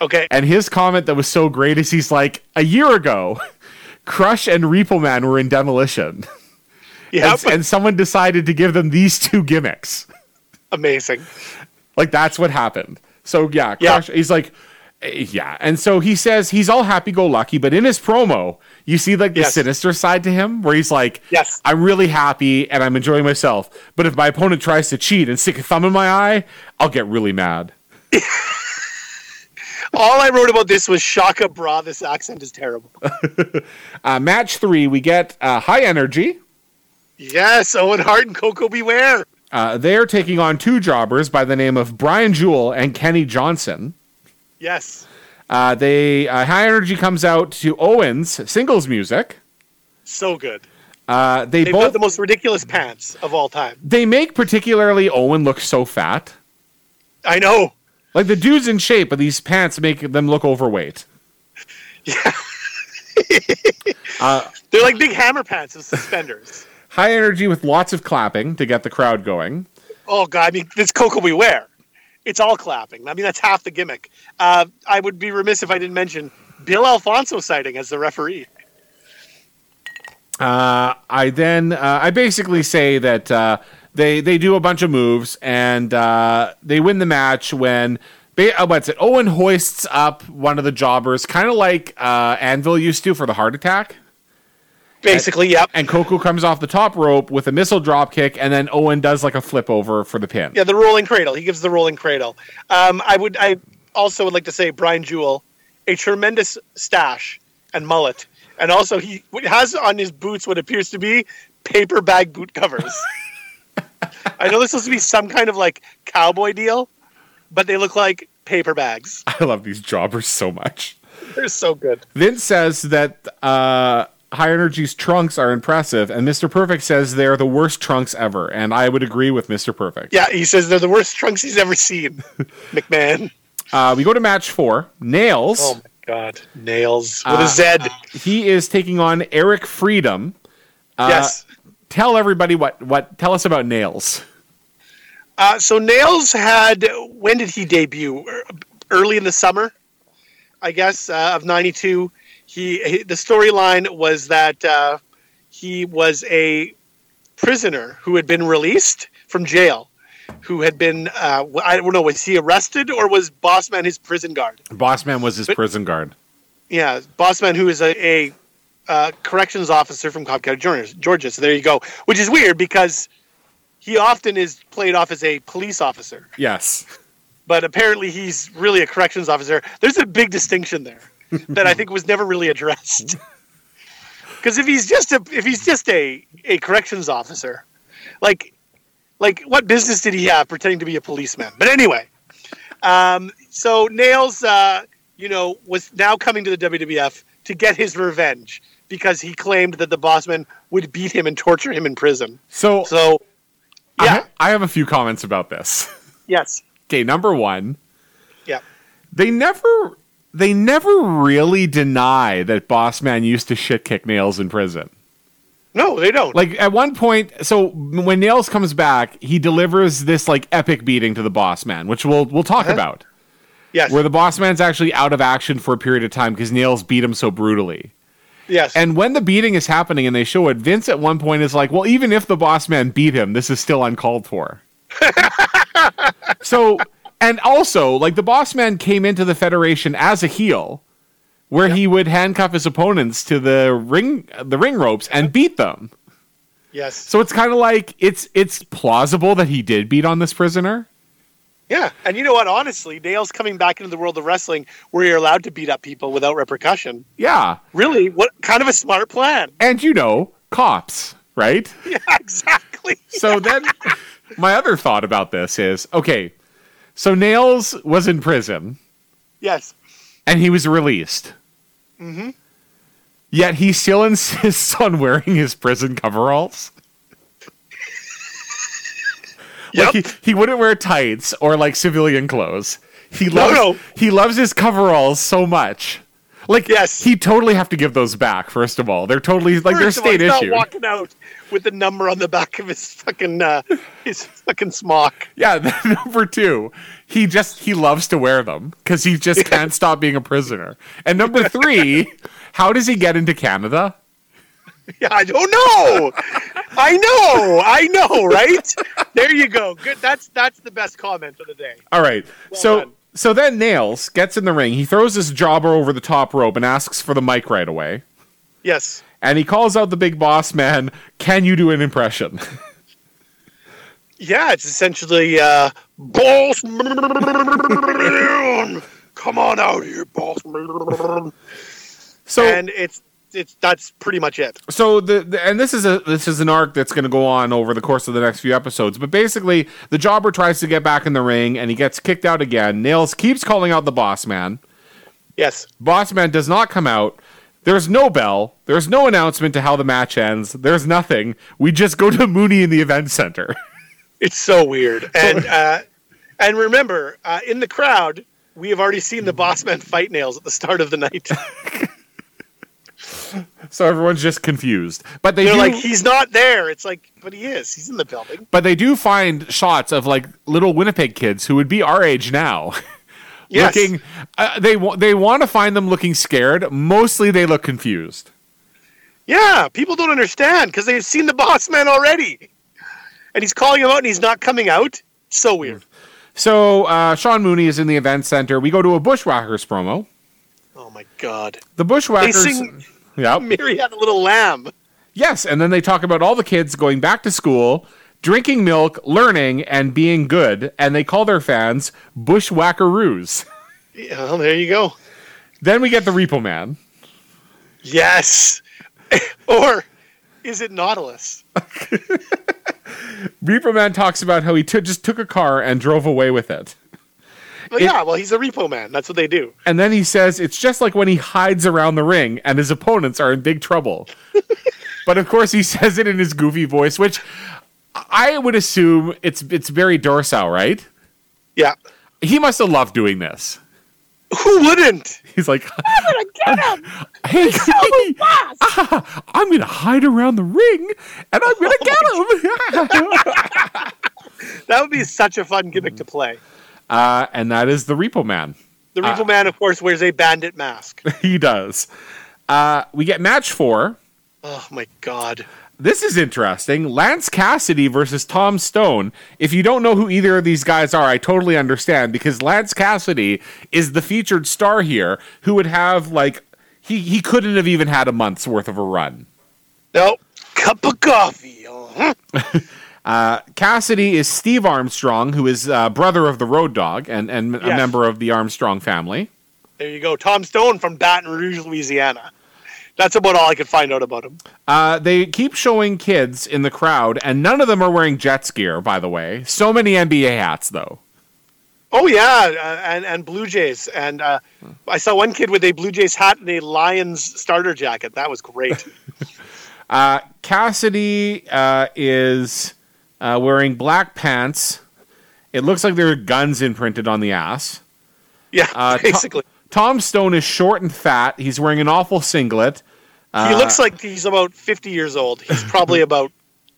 Okay,
and his comment that was so great is he's like, a year ago, Crush and Repo Man were in demolition,
yeah,
and, and someone decided to give them these two gimmicks.
amazing.
Like that's what happened. So yeah,
Yeah.
Crush. He's like, eh, yeah, and so he says he's all happy-go-lucky, but in his promo, you see like the
Yes.
sinister side to him, where he's like,
Yes.
I'm really happy and I'm enjoying myself, but if my opponent tries to cheat and stick a thumb in my eye, I'll get really mad.
All I wrote about this was Shaka Bra. This accent is terrible.
Uh, match three, we get uh, high energy.
yes, Owen Hart and Coco Beware.
Uh, they're taking on two jobbers by the name of Brian Jewell and Kenny Johnson.
Yes.
Uh, they uh, high energy comes out to Owens singles music.
So good.
Uh, they
They've
both
got the most ridiculous pants of all time.
they make particularly Owen look so fat.
I know.
Like the dude's in shape, but these pants make them look overweight.
They're like big hammer pants with suspenders.
High energy with lots of clapping to get the crowd going.
oh god, I mean this Coco we wear. It's all clapping. I mean that's half the gimmick. Uh, I would be remiss if I didn't mention Bill Alfonso citing as the referee.
Uh, I then uh, I basically say that uh, they they do a bunch of moves and uh, they win the match when. Ba- uh, what's it? Owen hoists up one of the jobbers, kind of like uh, Anvil used to for the heart attack.
Basically, yep.
And Coco comes off the top rope with a missile drop kick, and then Owen does like a flip over for the pin.
Yeah, the rolling cradle. He gives the rolling cradle. Um, I would. I also would like to say Brian Jewell, a tremendous stash and mullet, and also he has on his boots what appears to be paper bag boot covers. I know this was supposed to be some kind of like cowboy deal, but they look like paper bags.
I love these jobbers so much.
They're so good.
Vince says that uh, High Energy's trunks are impressive, and Mr. Perfect says they're the worst trunks ever. And I would agree with Mr. Perfect.
Yeah, he says they're the worst trunks he's ever seen. McMahon.
Uh, we go to match four. Nails.
Oh my god, nails with a Z.
He is taking on Eric Freedom. uh,
yes.
Tell everybody what what. Tell us about Nails.
Uh, so Nails had when did he debut? Er- Early in the summer, I guess, uh, of '92. He, he the storyline was that uh, he was a prisoner who had been released from jail, who had been uh, I don't know was he arrested or was Bossman his prison guard?
Bossman was his prison guard.
Yeah, Bossman, who is a, a uh, corrections officer from Cobb County, Georgia. Georgia. So there you go. Which is weird because he often is played off as a police officer,
Yes.
but apparently he's really a corrections officer. There's a big distinction there that I think was never really addressed. Because if he's just a if he's just a a corrections officer, like like what business did he have pretending to be a policeman? But anyway, um, so Nails, uh, you know, was now coming to the WWF to get his revenge because he claimed that the Bossman would beat him and torture him in prison.
So,
So,
I
yeah,
ha- I have a few comments about this.
yes,
Okay, number one,
yeah.
they never they never really deny that Boss Man used to shit kick nails in prison.
No, they don't.
Like at one point, so when Nails comes back, he delivers this like epic beating to the Boss Man, which we'll we'll talk about.
yes,
Where the Boss Man's actually out of action for a period of time because Nails beat him so brutally.
yes,
And when the beating is happening and they show it, Vince at one point is like, "Well, even if the boss man beat him, this is still uncalled for." so, and also, like the boss man came into the federation as a heel, where he would handcuff his opponents to the ring the ring ropes and beat them.
yes,
So it's kind of like it's it's plausible that he did beat on this prisoner.
yeah. And you know what? Honestly, Nails coming back into the world of wrestling, where you're allowed to beat up people without repercussion.
Yeah.
Really, what kind of a smart plan?
And you know, cops, right?
Yeah, exactly.
so then my other thought about this is okay so nails was in prison
Yes,
and he was released mm-hmm. yet he still insists on wearing his prison coveralls
Yep.
like he, he wouldn't wear tights or like civilian clothes he
No,
loves
no.
he loves his coveralls so much like
Yes.
he totally have to give those back first of all they're totally like
First
they're state
of all, he's
issued
Not walking out with the number on the back of his fucking uh, his fucking smock.
Yeah, then number two, he just he loves to wear them because he just can't stop being a prisoner. And number three, how does he get into Canada?
Yeah, I don't know. I know. I know. Right there, you go. Good. That's that's the best comment of the day.
All right, so
done.
so then Nails gets in the ring. He throws his jobber over the top rope and asks for the mic right away.
Yes.
And he calls out the big boss man. Can you do an impression?
Yeah, it's essentially uh, balls. Come on out here, balls.
So
and it's it's that's pretty much it.
so the, the and this is a this is an arc that's going to go on over the course of the next few episodes but basically the jobber tries to get back in the ring and he gets kicked out again nails keeps calling out the boss man
Yes.
boss man does not come out there's no bell there's no announcement to how the match ends there's nothing we just go to mooney in the event center
It's so weird. And uh, and remember, uh, in the crowd, we have already seen the boss man fight nails at the start of the night.
so everyone's just confused but they
They're
do,
like, he's not there. It's like, but he is. He's in the building.
but they do find shots of like little winnipeg kids who would be our age now
Yes.
looking uh, they wa- they want to find them looking scared mostly they look confused
Yeah, people don't understand because they've seen the boss man already. And he's calling him out and he's not coming out. So weird.
So uh, Sean Mooney is in the event center. We go to a Bushwhackers promo.
Oh my god.
The
They
Bushwhackers.
sing
Yep.
Mary had a little lamb.
Yes, and then they talk about all the kids going back to school, drinking milk, learning, and being good, and they call their fans Bushwhackaroos.
Yeah, well, there you go.
then we get the Repo Man.
Yes. or is it Nautilus?
Repo Man talks about how he t- just took a car and drove away with it.
Well,
It-
yeah, well, he's a repo man. That's what they do.
And then he says it's just like when he hides around the ring and his opponents are in big trouble. but of course he says it in his goofy voice, which I would assume it's it's very Dorsal, right?
Yeah.
He must have loved doing this.
Who wouldn't?
He's like, I'm gonna get him. Hey, ah, I'm gonna hide around the ring, and I'm gonna get him.
That would be such a fun gimmick to play.
uh, and that is the Repo Man.
The repo man, of course, wears a bandit mask.
He does. Uh, we get match four.
oh my god.
This is interesting. Lance Cassidy versus Tom Stone. If you don't know who either of these guys are, I totally understand because Lance Cassidy is the featured star here who would have like he he couldn't have even had a month's worth of a run.
No. Cup of coffee. uh-huh.
Uh, Cassidy is Steve Armstrong, who is uh, brother of the Road Dog and, and a
Yes.
member of the Armstrong family.
There you go. Tom Stone from Baton Rouge, Louisiana. That's about all I could find out about him.
Uh, they keep showing kids in the crowd, and none of them are wearing Jets gear, by the way. So many NBA hats, though.
Oh yeah, uh, and and Blue Jays, and uh, I saw one kid with a Blue Jays hat and a Lions starter jacket. That was great.
Uh, Cassidy uh, is uh, wearing black pants. It looks like there are guns imprinted on the ass.
Yeah,
Uh, to-
basically,
Tom Stone is short and fat. He's wearing an awful singlet.
he looks like he's about fifty years old. He's probably about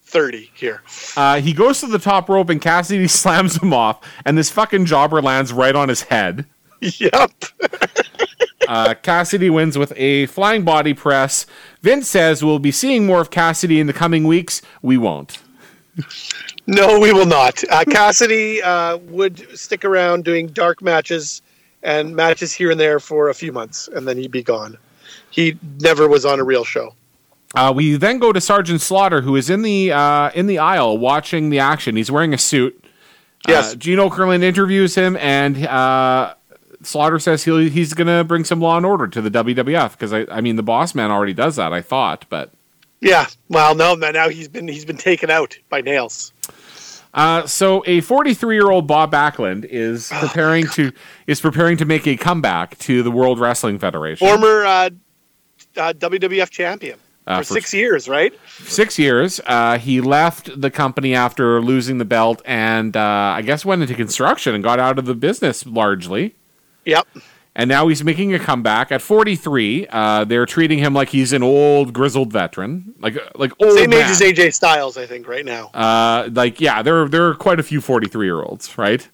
thirty here.
Uh, he goes to the top rope and Cassidy slams him off, and this fucking jobber lands right on his head.
yep.
Uh, Cassidy wins with a flying body press. Vince says we'll be seeing more of Cassidy in the coming weeks. We won't.
No, we will not. Uh, Cassidy uh, would stick around doing dark matches and matches here and there for a few months, and then he'd be gone. He never was on a real show.
Uh, we then go to Sergeant Slaughter, who is in the uh, in the aisle watching the action. He's wearing a suit.
Yes.
Uh, Gene Okerlund interviews him, and uh, Slaughter says he'll, he's going to bring some law and order to the WWF because I, I mean the Boss Man already does that. I thought, but
yeah. Well, no, man, now he's been he's been taken out by nails.
Uh, so a 43 year old Bob Backlund is
Oh,
preparing to is preparing to make a comeback to the World Wrestling Federation.
Former uh, uh, WWF champion
Uh,
for
for-
six years, right?
Six years. Uh, he left the company after losing the belt, and uh, I guess went into construction and got out of the business largely.
Yep.
And now he's making a comeback at 43. Uh, they're treating him like he's an old grizzled veteran, like uh, like old
Same
Oh, man.
age as AJ Styles, I think, right now.
Uh, like yeah, there there are quite a few 43 year olds, right?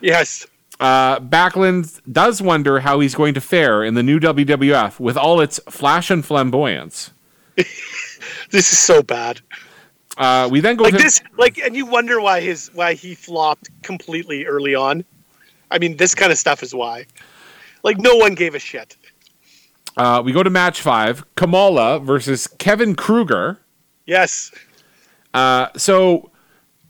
yes.
Uh, Backlund does wonder how he's going to fare in the new WWF with all its flash and flamboyance.
This is so bad.
Uh, we then go
like
to
this like and you wonder why his why he flopped completely early on i mean this kind of stuff is why like no one gave a shit
uh, we go to match five: Kamala versus Kevin Kruger.
yes
Uh, so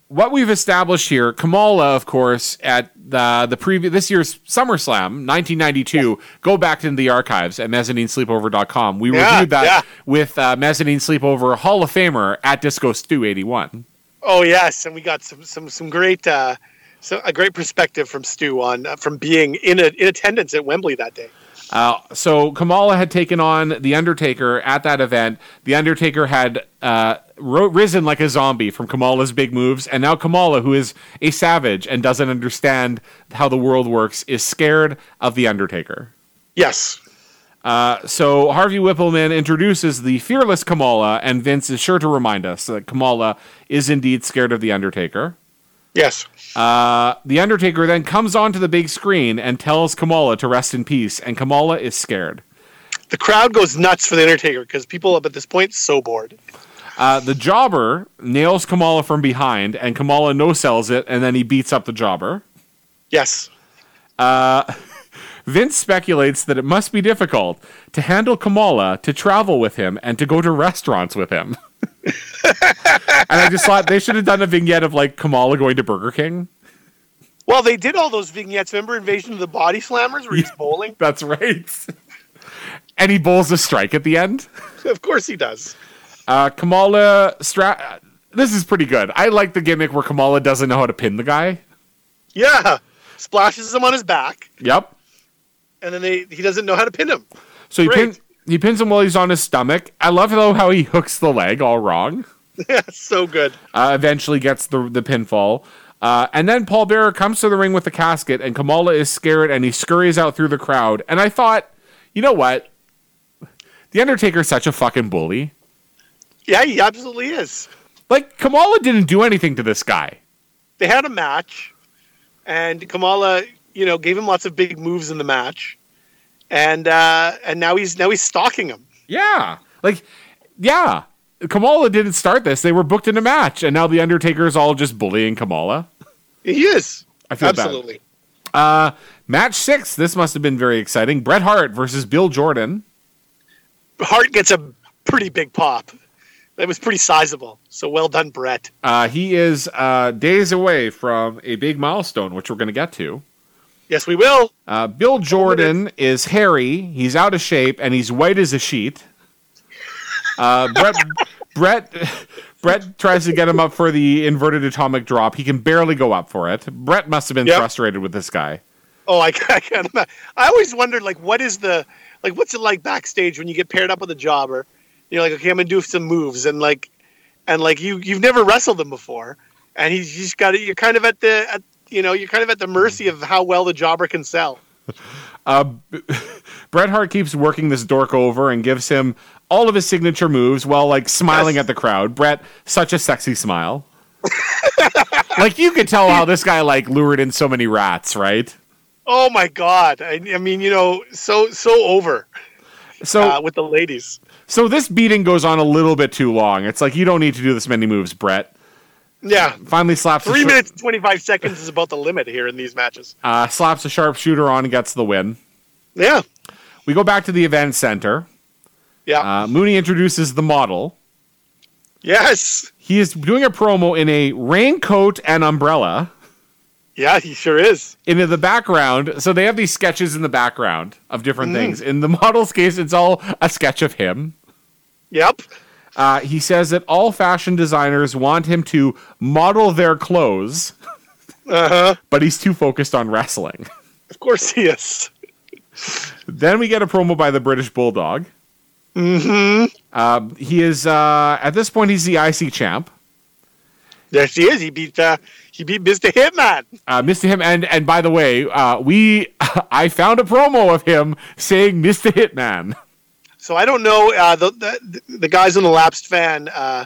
what we've established here, Kamala, of course, at the the previous this year's SummerSlam 1992. Go back into the archives at mezzaninesleepover.com. We
Yeah,
reviewed that
yeah.
with uh, Mezzanine Sleepover Hall of Famer at Disco Stew 81.
oh yes and we got some some some great uh so a great perspective from Stu on uh, from being in a, in attendance at Wembley that day.
Uh, so Kamala had taken on the Undertaker at that event. The Undertaker had uh, ro- risen like a zombie from Kamala's big moves, and now Kamala, who is a savage and doesn't understand how the world works, is scared of the Undertaker.
Yes,
Uh, so Harvey Whippleman introduces the fearless Kamala, and Vince is sure to remind us that Kamala is indeed scared of the Undertaker.
yes,
Uh, the Undertaker then comes onto the big screen and tells Kamala to rest in peace, and Kamala is scared.
the crowd goes nuts for the Undertaker because people up at this point so bored.
Uh, the jobber nails Kamala from behind, and Kamala no sells it, and then he beats up the jobber.
Yes,
Vince speculates that it must be difficult to handle Kamala, to travel with him, and to go to restaurants with him. and I just thought they should have done a vignette of like Kamala going to Burger King.
well they did all those vignettes. Remember Invasion of the Body Slammers where he's bowling?
That's right. and he bowls a strike at the end.
of course he does.
Uh, Kamala stra- This is pretty good. I like the gimmick where Kamala doesn't know how to pin the guy.
Yeah, splashes him on his back.
Yep.
and then they, he doesn't know how to pin him.
So he,
Great.
pin, he pins him while he's on his stomach. I love though how he hooks the leg all wrong.
That's so good.
Uh, eventually gets the the pinfall. Uh, and then Paul Bearer comes to the ring with the casket, and Kamala is scared, and he scurries out through the crowd. And I thought, you know what? The Undertaker's such a fucking bully.
Yeah, he absolutely is.
Like Kamala didn't do anything to this guy.
They had a match, and Kamala, you know, gave him lots of big moves in the match, and uh, and now he's now he's stalking him.
Yeah, like yeah, Kamala didn't start this. They were booked in a match, and now the Undertaker's all just bullying Kamala.
He is
I feel bad.
absolutely.
Match six. This must have been very exciting. Bret Hart versus Bill Jordan.
Hart gets a pretty big pop. Like, That was pretty sizable. So well done, Brett.
Uh, he is uh, days away from a big milestone, which we're going to get to.
Yes, we will.
Uh, Bill Jordan is hairy. He's out of shape and he's white as a sheet. Uh, Brett, Brett, Brett tries to get him up for the inverted atomic drop. He can barely go up for it. Brett must have been
Yep.
frustrated with this guy.
Oh, I, I can't imagine. I always wondered, like, what is the, like, what's it like backstage when you get paired up with a jobber? You're like, okay, I'm gonna do some moves, and like, and like you, you've never wrestled them before, and he's just got it. You're kind of at the, at, you know, you're kind of at the mercy of how well the jobber can sell.
Bret Hart keeps working this dork over and gives him all of his signature moves while like smiling
Yes.
at the crowd. Bret, such a sexy smile. like you could tell how this guy like lured in so many rats, right?
Oh my god! I, I mean, you know, so so over
So
uh, with the ladies.
so this beating goes on a little bit too long. It's like you don't need to do this many moves, Bret.
Yeah,
Finally slaps a
three
shar-
minutes and twenty five seconds is about the limit here in these matches.
uh, slaps a sharpshooter on and gets the win.
Yeah,
We go back to the event center.
yeah,
Uh, Mooney introduces the model.
yes,
He is doing a promo in a raincoat and umbrella.
yeah. He sure is.
into the background. So they have these sketches in the background of different
Mm.
things. In the model's case, it's all a sketch of him.
Yep.
Uh, he says that all fashion designers want him to model their clothes,
Uh huh.
but he's too focused on wrestling.
Of course he is.
then we get a promo by the British Bulldog.
Mm-hmm.
Uh, he is uh, at this point he's the IC champ.
Yes, he is. He beat uh, he beat Mr. Hitman.
Uh, Mr. Him and and by the way, uh, we I found a promo of him saying Mr. Hitman.
So I don't know uh, the, the the guys on the Lapsed Fan. Uh,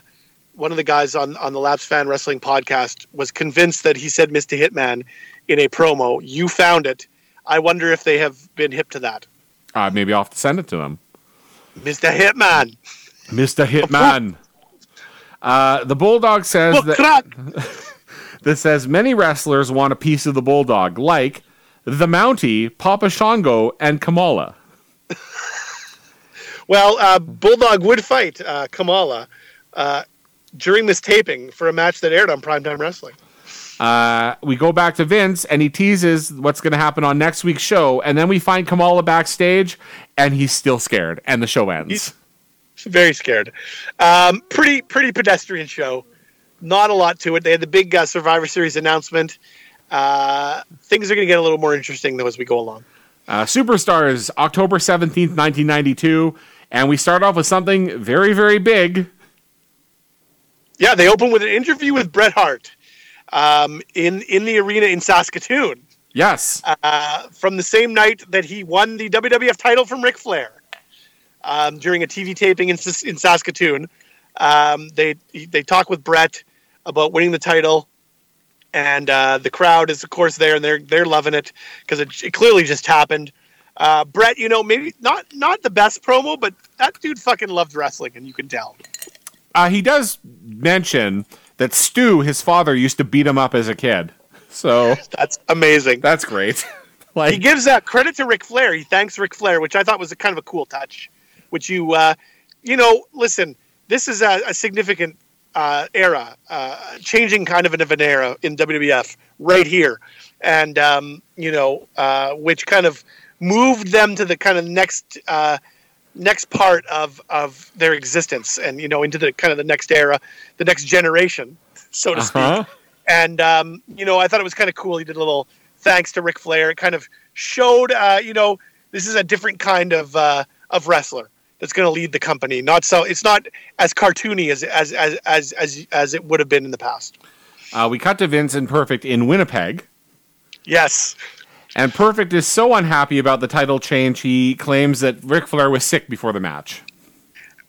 one of the guys on on the Lapsed Fan Wrestling podcast was convinced that he said Mr. Hitman in a promo. You found it. I wonder if they have been hip to that.
Uh, maybe I'll have to send it to him.
Mr. Hitman.
Mr. Hitman. Uh, the Bulldog says that,
Look, crack.
that says many wrestlers want a piece of the Bulldog, like the Mountie, Papa Shango, and Kamala.
Well, uh, Bulldog would fight uh, Kamala uh, during this taping for a match that aired on Primetime Wrestling.
Uh, we go back to Vince, and he teases what's going to happen on next week's show, and then we find Kamala backstage, and he's still scared, and the show ends.
He's- very scared. Um, pretty pretty pedestrian show. Not a lot to it. They had the big uh, Survivor Series announcement. Uh, things are going to get a little more interesting though as we go along.
Uh, Superstars, October 17th, 1992, and we start off with something very, very big.
Yeah, they open with an interview with Bret Hart um, in in the arena in Saskatoon
Yes.
uh, from the same night that he won the WWF title from Ric Flair um, during a TV taping in, Sas- in Saskatoon. Um, they they talk with Brett about winning the title, and uh, the crowd is of course there, and they're they're loving it because it, it clearly just happened. Uh, Brett, you know, maybe not not the best promo, but that dude fucking loved wrestling, and you can tell.
Uh, he does mention that Stu, his father, used to beat him up as a kid. So
That's amazing.
that's great.
he
like,
gives that credit to Ric Flair. He thanks Ric Flair, which I thought was a kind of a cool touch. Which you, uh, you know, listen, this is a, a significant uh, era, uh, changing kind of an, of an era in WWF right here, and um, you know, uh, which kind of moved them to the kind of next uh, next part of of their existence, and you know, into the kind of the next era, the next generation, so to speak.
huh?
And um, you know, I thought it was kind of cool. He did a little thanks to Ric Flair. It kind of showed, uh, you know, this is a different kind of uh, of wrestler that's going to lead the company. Not so it's not as cartoony as as as as as, as it would have been in the past.
Uh, we cut to Vince and Perfect in Winnipeg.
Yes,
And Perfect is so unhappy about the title change, he claims that Ric Flair was sick before the match.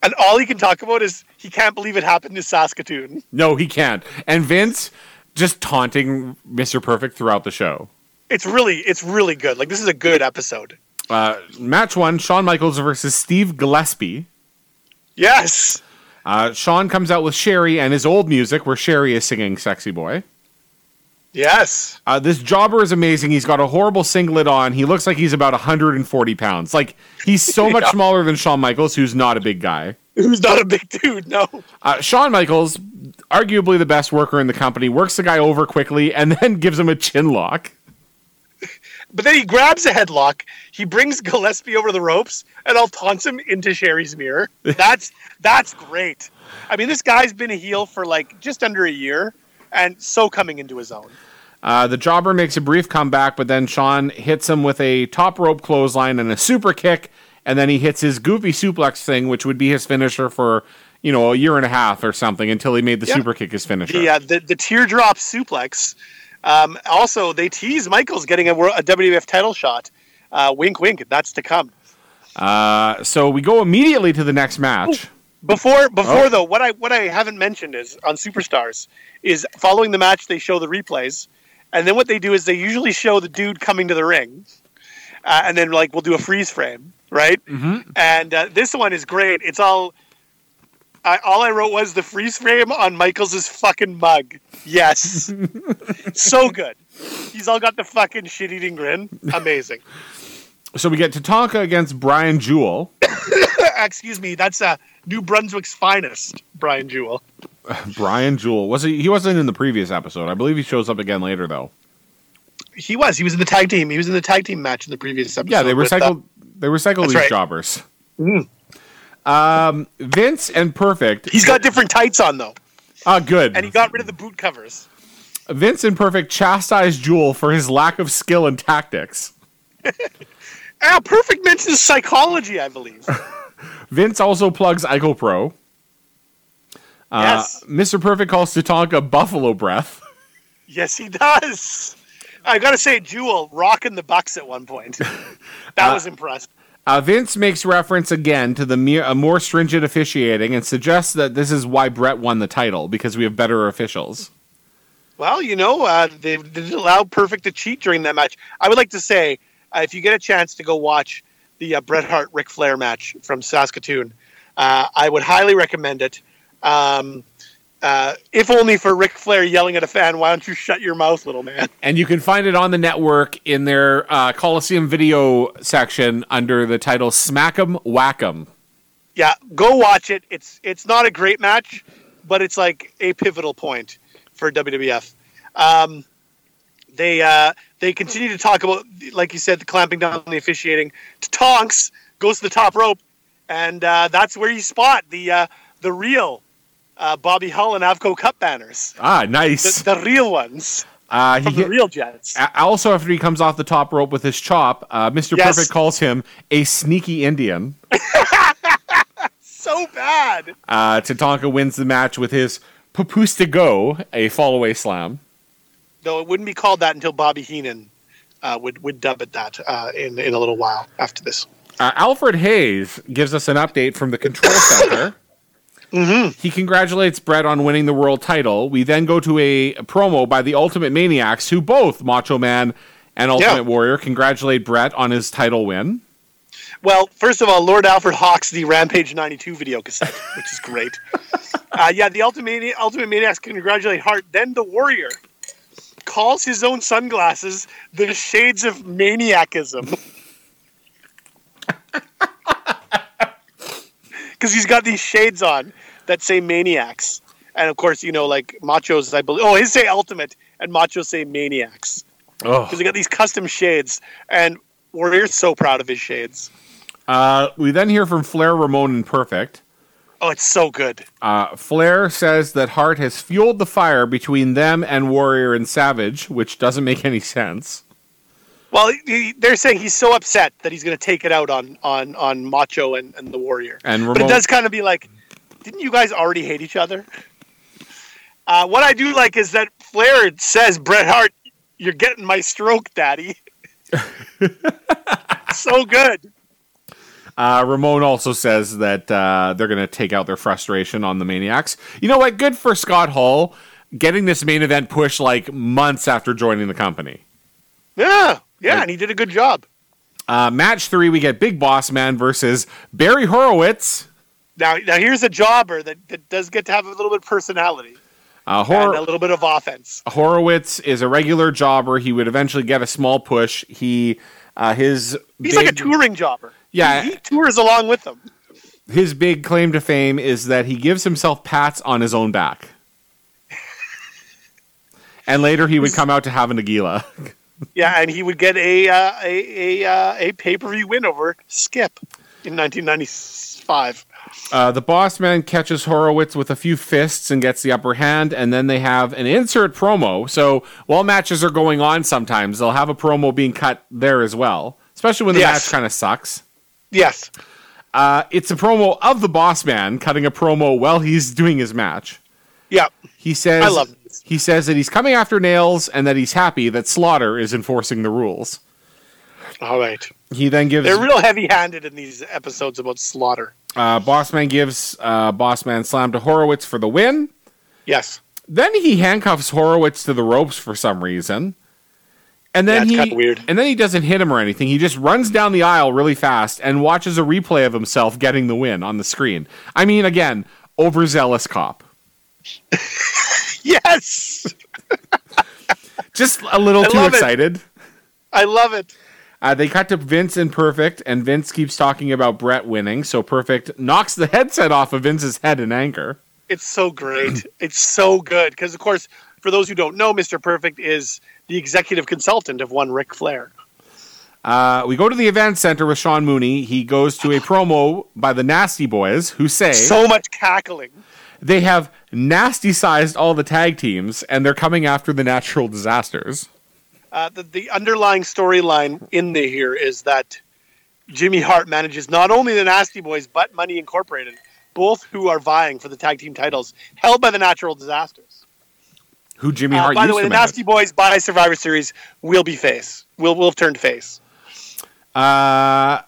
and all he can talk about is he can't believe it happened in Saskatoon.
No, he can't. And Vince just taunting Mr. Perfect throughout the show.
It's really it's really good. Like this is a good episode.
Uh, match one Shawn Michaels versus Steve Gillespie.
Yes,
Uh, Shawn comes out with Sherry and his old music, where Sherry is singing Sexy Boy.
yes,
Uh, this jobber is amazing. He's got a horrible singlet on. He looks like he's about 140 pounds. Like he's so much
Yeah.
smaller than Shawn Michaels, who's not a big guy.
who's not a big dude. No,
Uh, Shawn Michaels, arguably the best worker in the company, works the guy over quickly and then gives him a chin lock.
but then he grabs a headlock. He brings Gillespie over the ropes, and all taunts him into Sherry's mirror. That's that's great. I mean, this guy's been a heel for like just under a year, and so coming into his own.
Uh, the jobber makes a brief comeback, but then Sean hits him with a top rope clothesline and a super kick, and then he hits his goofy suplex thing, which would be his finisher for you know a year and a half or something until he made the
Yeah.
super kick his finisher.
The uh, the, the teardrop suplex. Um, also, they tease Michaels getting a, wor- a WWF title shot. Uh, wink, wink. That's to come.
Uh, so we go immediately to the next match.
Before before
Oh.
though, what I what I haven't mentioned is on Superstars is following the match they show the replays, and then what they do is they usually show the dude coming to the ring, uh, and then like we'll do a freeze frame, right? Mm-hmm. And uh, this one is great. It's all. I, all I wrote was the freeze frame on Michaels' fucking mug. Yes. so good. He's all got the fucking shit eating grin. Amazing.
So we get Tatanka against Brian Jewell.
Excuse me. That's uh, New Brunswick's finest, Brian Jewell.
Brian Jewell was he? He wasn't in the previous episode. I believe he shows up again later though.
He was. He was in the tag team. He was in the tag team match in the previous episode.
Yeah, they
with, uh,
recycled. They recycled
That's
these
right. Mm-hmm.
jobbers. Um, Vince and Perfect.
he's got different tights on though,
Ah, good.
and he got rid of the boot covers.
Vince and Perfect chastised Jewel for his lack of skill and tactics.
Ah, perfect mentions psychology, I believe.
Vince also plugs Ico Pro. Uh,
yes,
Mr. Perfect calls Tatanka Buffalo Breath.
yes, he does. I gotta say, Jewel rocking the bucks at one point. That was impressive.
Uh, Vince makes reference again to the mere, uh, more stringent officiating and suggests that this is why Brett won the title because we have better officials.
Well, you know, uh, they, they didn't allow Perfect to cheat during that match. I would like to say, uh, if you get a chance to go watch the uh, Bret Hart Ric Flair match from Saskatoon, uh, I would highly recommend it. Um, uh, if only for Ric Flair yelling at a fan, why don't you shut your mouth, little man?
And you can find it on the network in their uh, Coliseum video section under the title Smack 'em, Whack 'em.
Yeah, go watch it. It's it's not a great match, but it's like a pivotal point for WWF. Um, they uh, they continue to talk about, like you said, the clamping down on the officiating. Tonks goes to the top rope, and uh, that's where you spot the uh, the real uh, Bobby Hull and Avco Cup banners,
Ah,
the,
nice.
the real ones
Uh, he
from the
hit,
real Jets.
a- also, after he comes off the top rope with his chop, uh, Mr.
Yes.
Perfect calls him a sneaky Indian.
So bad.
Uh, Tatanka wins the match with his papoose to go, a fallaway slam.
though it wouldn't be called that until Bobby Heenan uh, would would dub it that uh, in in a little while after this.
Uh, Alfred Hayes gives us an update from the control center.
Mm-hmm.
He congratulates Brett on winning the world title. We then go to a promo by the Ultimate Maniacs, who both Macho Man and Ultimate
Yeah.
Warrior congratulate Brett on his title win.
Well, first of all, Lord Alfred Hawks the Rampage '92 video cassette, which is great. uh, yeah, the Ultimate Ultimate Maniacs congratulate Hart. Then the Warrior calls his own sunglasses the shades of maniacism. Because he's got these shades on that say maniacs, and of course, you know, like machos. I believe. Oh, his say ultimate, and machos say maniacs.
Oh.
Because he got these custom shades, and Warrior's so proud of his shades.
Uh, we then hear from Flair, Ramon, and Perfect.
Oh, it's so good.
Uh, Flair says that Hart has fueled the fire between them and Warrior and Savage, which doesn't make any sense.
Well, he- he, they're saying he's so upset that he's going to take it out on on on Macho and, and the Warrior.
And
but it
Ramon-
does kind of be like, didn't you guys already hate each other? Uh, what I do like is that Flair says, "Bret Hart, you're getting my stroke, Daddy." so good.
Uh, Ramon also says that uh, they're going to take out their frustration on the Maniacs. You know what? Good for Scott Hall getting this main event push like months after joining the company.
Yeah, yeah,
Like-
and he did a good job.
Uh, match three, we get Big Boss Man versus Barry Horowitz.
Now, now here's a jobber that, that does get to have a little bit of personality
Uh,
and
Hor-
a little bit of offense.
Horowitz is a regular jobber. He would eventually get a small push. He uh, his
He's
big-
like a touring jobber.
Yeah.
he, he tours along with them.
his big claim to fame is that he gives himself pats on his own back. and later he would come out to have a Nagila.
Yeah, and he would get a uh, a a, uh, a pay per view win over Skip in 1995.
Uh, the boss man catches Horowitz with a few fists and gets the upper hand, and then they have an insert promo. So while matches are going on, sometimes they'll have a promo being cut there as well, especially when the
Yes.
match kind of sucks.
Yes,
Uh, it's a promo of the boss man cutting a promo while he's doing his match.
yeah,
He says,
I love this.
He says that he's coming after Nails and that he's happy that Slaughter is enforcing the rules.
all right.
He then gives
They're real heavy handed in these episodes about slaughter.
uh, Bossman gives uh, Bossman slam to Horowitz for the win.
Yes,
Then he handcuffs Horowitz to the ropes for some reason. And then
That's
he
kinda weird.
and then he doesn't hit him or anything. He just runs down the aisle really fast and watches a replay of himself getting the win on the screen. I mean, again, overzealous cop.
yes,
Just a little
I
too
love it.
excited.
I love it.
Uh, they cut to Vince and Perfect, and Vince keeps talking about Brett winning. So Perfect knocks the headset off of Vince's head in anger.
It's so great. it's so good because, of course, for those who don't know, Mister Perfect is the executive consultant of one Ric Flair.
Uh, we go to the event center with Sean Mooney. He goes to a promo by the Nasty Boys, who say
So much cackling.
they have nasty sized all the tag teams, and they're coming after the natural disasters.
Uh, the, the underlying storyline in the here is that Jimmy Hart manages not only the Nasty Boys but Money Incorporated, both who are vying for the tag team titles held by the Natural Disasters.
Who Jimmy
Uh,
Hart
by
used
the way,
to
the
manage.
Nasty Boys by Survivor Series will be face. Will will have turned face.
Uh,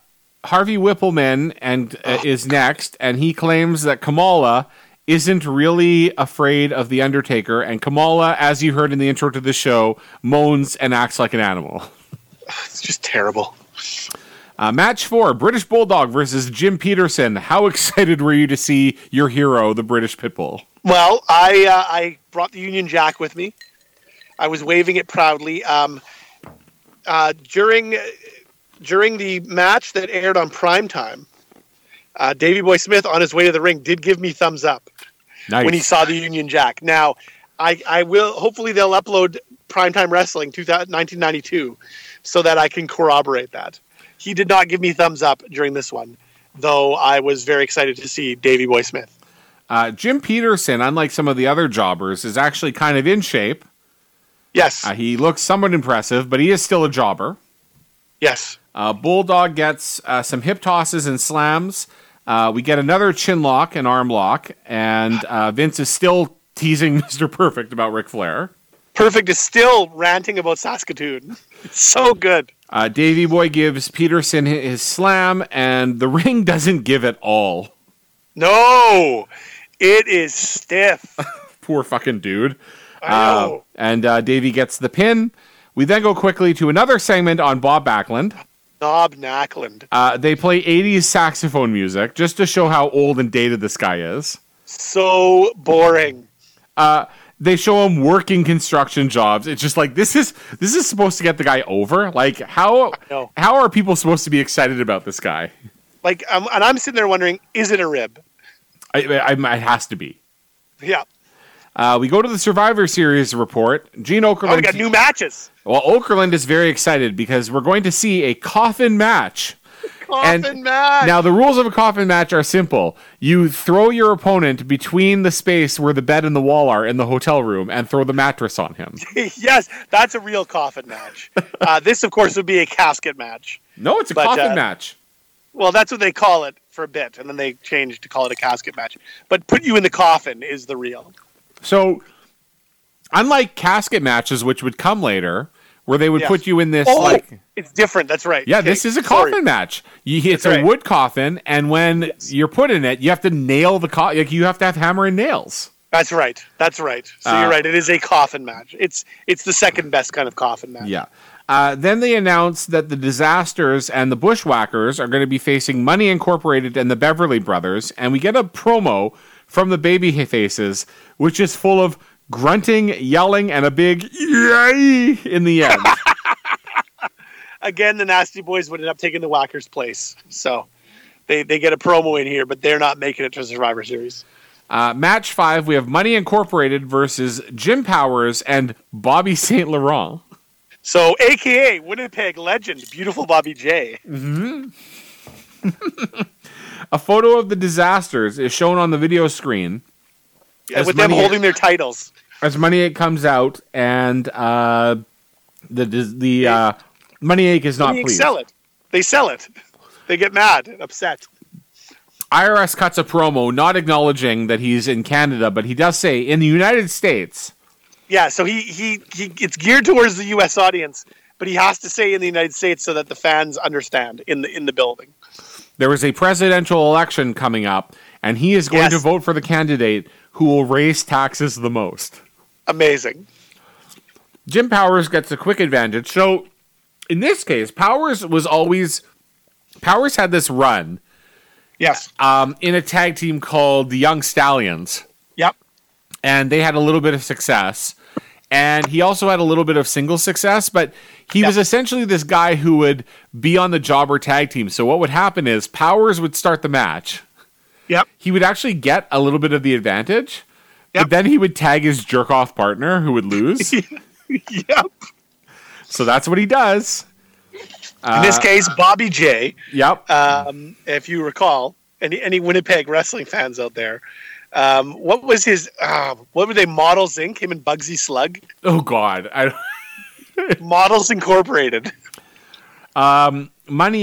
Harvey Whippleman and
Oh.
uh, is next, and he claims that Kamala isn't really afraid of the Undertaker, and Kamala, as you heard in the intro to the show, moans and acts like an animal.
It's just terrible.
Uh, match four: British Bulldog versus Jim Peterson. How excited were you to see your hero, the British Pitbull?
Well, I uh, I brought the Union Jack with me. I was waving it proudly. Um, uh, during during the match that aired on primetime, uh, Davy Boy Smith on his way to the ring did give me thumbs up
Nice.
when he saw the Union Jack. Now, I, I will hopefully they'll upload Primetime Wrestling 2000, 1992 so that I can corroborate that. He did not give me thumbs up during this one, though I was very excited to see Davy Boy Smith.
uh, Jim Peterson, unlike some of the other jobbers, is actually kind of in shape.
Yes,
Uh, he looks somewhat impressive, but he is still a jobber.
yes.
Uh, Bulldog gets uh, some hip tosses and slams. Uh, we get another chin lock and arm lock, and uh, Vince is still teasing Mr. Perfect about Ric Flair.
Perfect is still ranting about Saskatoon. so good.
Uh, Davy Boy gives Peterson hi- his slam, and the ring doesn't give at all.
No, it is stiff.
Poor fucking dude.
I
Uh,
know.
and uh, Davy gets the pin. We then go quickly to another segment on Bob Backlund. Ah.
Knob Nackland.
Uh, they play 80s saxophone music just to show how old and dated this guy is.
So boring.
They show him working construction jobs. It's just like this is this is supposed to get the guy over. Like how
know.
how are people supposed to be excited about this guy?
Like, um, and I'm sitting there wondering, is it a rib?
I, I, I- it has to be.
Yeah.
Uh, we go to the Survivor Series report. Gene Okerlund.
Oh, we got new matches.
well, Okerlund is very excited because we're going to see a coffin match.
Coffin
And
match.
Now, the rules of a coffin match are simple. You throw your opponent between the space where the bed and the wall are in the hotel room and throw the mattress on him.
yes, that's a real coffin match. uh, this, of course, would be a casket match.
No, it's a
But,
coffin
uh,
match.
Well, that's what they call it for a bit, and then they changed to call it a casket match. But put you in the coffin is the real.
So, unlike casket matches, which would come later, where they would
Yes.
put you in this,
Oh,
like,
it's different. That's right.
yeah,
Okay,
this is a
sorry.
coffin match. You, it's
That's
a
right.
wood coffin, and when you're put in it, you have to nail the coffin. Like, you have to have hammer and nails.
That's right. That's right. So
Uh,
you're right. It is a coffin match. It's it's the second best kind of coffin match.
Yeah. Uh, then they announced that the disasters and the bushwhackers are going to be facing Money Incorporated and the Beverly Brothers, and we get a promo from the baby faces, which is full of grunting, yelling, and a big yay in the end.
Again, the Nasty Boys would end up taking the Whackers' place. So they they get a promo in here, but they're not making it to Survivor Series.
Uh, match five, we have Money Incorporated versus Jim Powers and Bobby St. Laurent.
So, AKA Winnipeg legend, beautiful Bobby J.
A photo of the disasters is shown on the video screen As
with them
many-
holding their titles.
as Money Ache comes out, and uh, the dis- the uh, Money Ache is not
They
pleased.
sell it. They sell it. They get mad and upset.
IRS cuts a promo, not acknowledging that he's in Canada, but he does say in the United States.
Yeah, so he, he, he it's geared towards the US audience, but he has to say in the United States so that the fans understand in the in the building.
There is a presidential election coming up, and he is going
Yes.
to vote for the candidate who will raise taxes the most.
Amazing.
Jim Powers gets a quick advantage. So, in this case, Powers was always Powers had this run
Yes.
um, in a tag team called the Young Stallions,
Yep.
and they had a little bit of success. And he also had a little bit of single success, but he was essentially this guy who would be on the jobber tag team. So what would happen is Powers would start the match.
Yep.
he would actually get a little bit of the advantage, but
Yep.
then he would tag his jerk off partner who would lose.
Yep.
so that's what he does.
in this case, Bobby J.
Yep.
Uh, um, if you recall, any any Winnipeg wrestling fans out there, um, what was his? Uh, what were they? Models Inc. Him and Bugsy Slug.
oh God. I,
Models Incorporated.
Money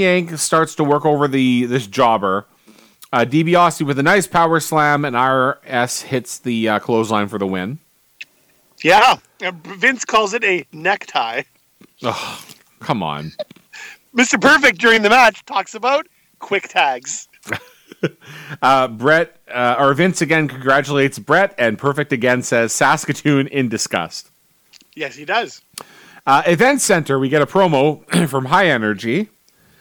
Inc. starts to work over the this jobber. Uh, DiBiase with a nice power slam, and RS hits the uh, clothesline for the win.
Yeah, And Vince calls it a necktie.
Come on.
Mr. Perfect during the match talks about quick tags.
Uh, Brett uh, or Vince again congratulates Brett, and Perfect again says Saskatoon in disgust.
Yes, he does.
Uh, Event Center, we get a promo from High Energy.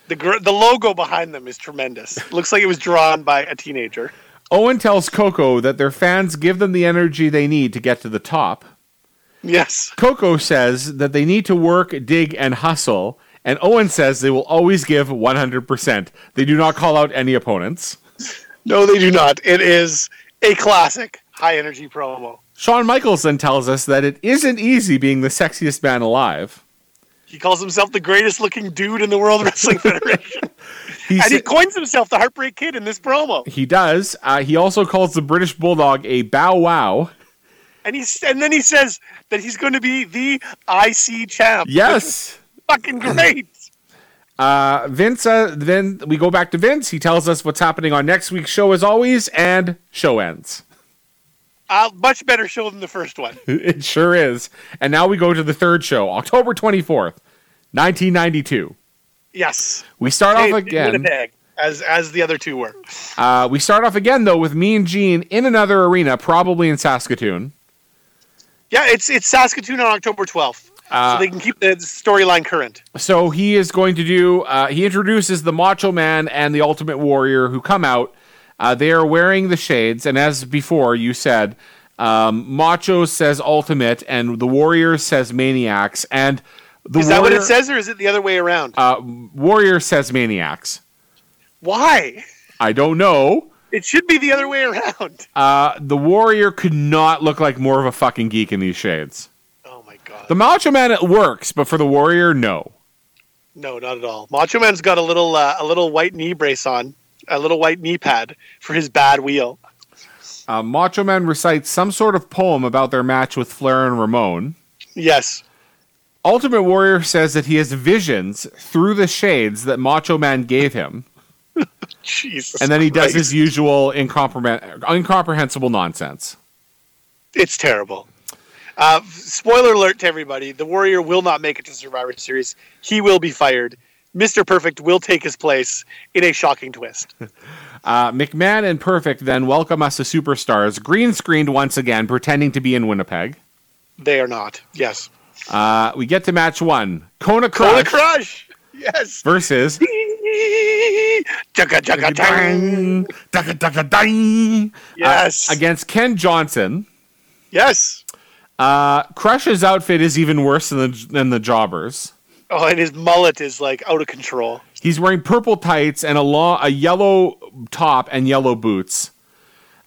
The gr- the logo behind them is tremendous. Looks like it was drawn by a teenager.
Owen tells Coco that their fans give them the energy they need to get to the top.
Yes.
Coco says that they need to work, dig, and hustle. And Owen says they will always give 100%. They do not call out any opponents.
No, they do not. It is a classic high energy promo.
Shawn Michaels then tells us that it isn't easy being the sexiest man alive.
He calls himself the greatest looking dude in the World Wrestling Federation.
He,
and he
sa-
coins himself the Heartbreak Kid in this promo.
he does. Uh, he also calls the British Bulldog a bow wow.
And he's and then he says that he's going to be the IC champ.
Yes.
Fucking great.
Uh, Vince, uh, then we go back to Vince. He tells us what's happening on next week's show, as always, and show ends.
A much better show than the first one.
It sure is. And now we go to the third show, October 24th, 1992.
Yes.
We start
Hey,
off again.
Winnipeg, as as the other two were.
Uh, we start off again though with me and Gene in another arena, probably in Saskatoon.
Yeah, it's it's Saskatoon on October twelfth.
Uh,
so they can keep the storyline current.
So he is going to do. Uh, he introduces the Macho Man and the Ultimate Warrior who come out. Uh, they are wearing the shades, and as before you said, um, Macho says Ultimate, and the Warrior says Maniacs, and the
Is that
Warrior,
what it says, or is it the other way around?
Uh, Warrior says Maniacs.
Why?
I don't know.
It should be the other way around.
Uh, the warrior could not look like more of a fucking geek in these shades.
oh my god.
The Macho Man it works, but for the warrior, no.
No, not at all. Macho Man's got a little uh, a little white knee brace on, a little white knee pad for his bad wheel.
Uh, Macho Man recites some sort of poem about their match with Flair and Ramon.
Yes,
Ultimate Warrior says that he has visions through the shades that Macho Man gave him,
Jesus.
and then he does
Christ.
his usual incomprehen- incomprehensible nonsense.
It's terrible. Uh, spoiler alert to everybody: the Warrior will not make it to Survivor Series. He will be fired. Mister Perfect will take his place in a shocking twist.
Uh, McMahon and Perfect then welcome us to Superstars, green screened once again, pretending to be in Winnipeg.
They are not. Yes.
Uh, we get to match one Kona
Call
Crush
crush. Yes.
versus
Chugga, chugga, chugga.
Dang. Dugga, dugga, dang.
Yes.
Uh, against Ken Johnson.
Yes.
Uh, Crush's outfit is even worse than the, than the Jobbers.
Oh, and his mullet is like out of control. It's
He's wearing purple tights and a long, a yellow top and yellow boots.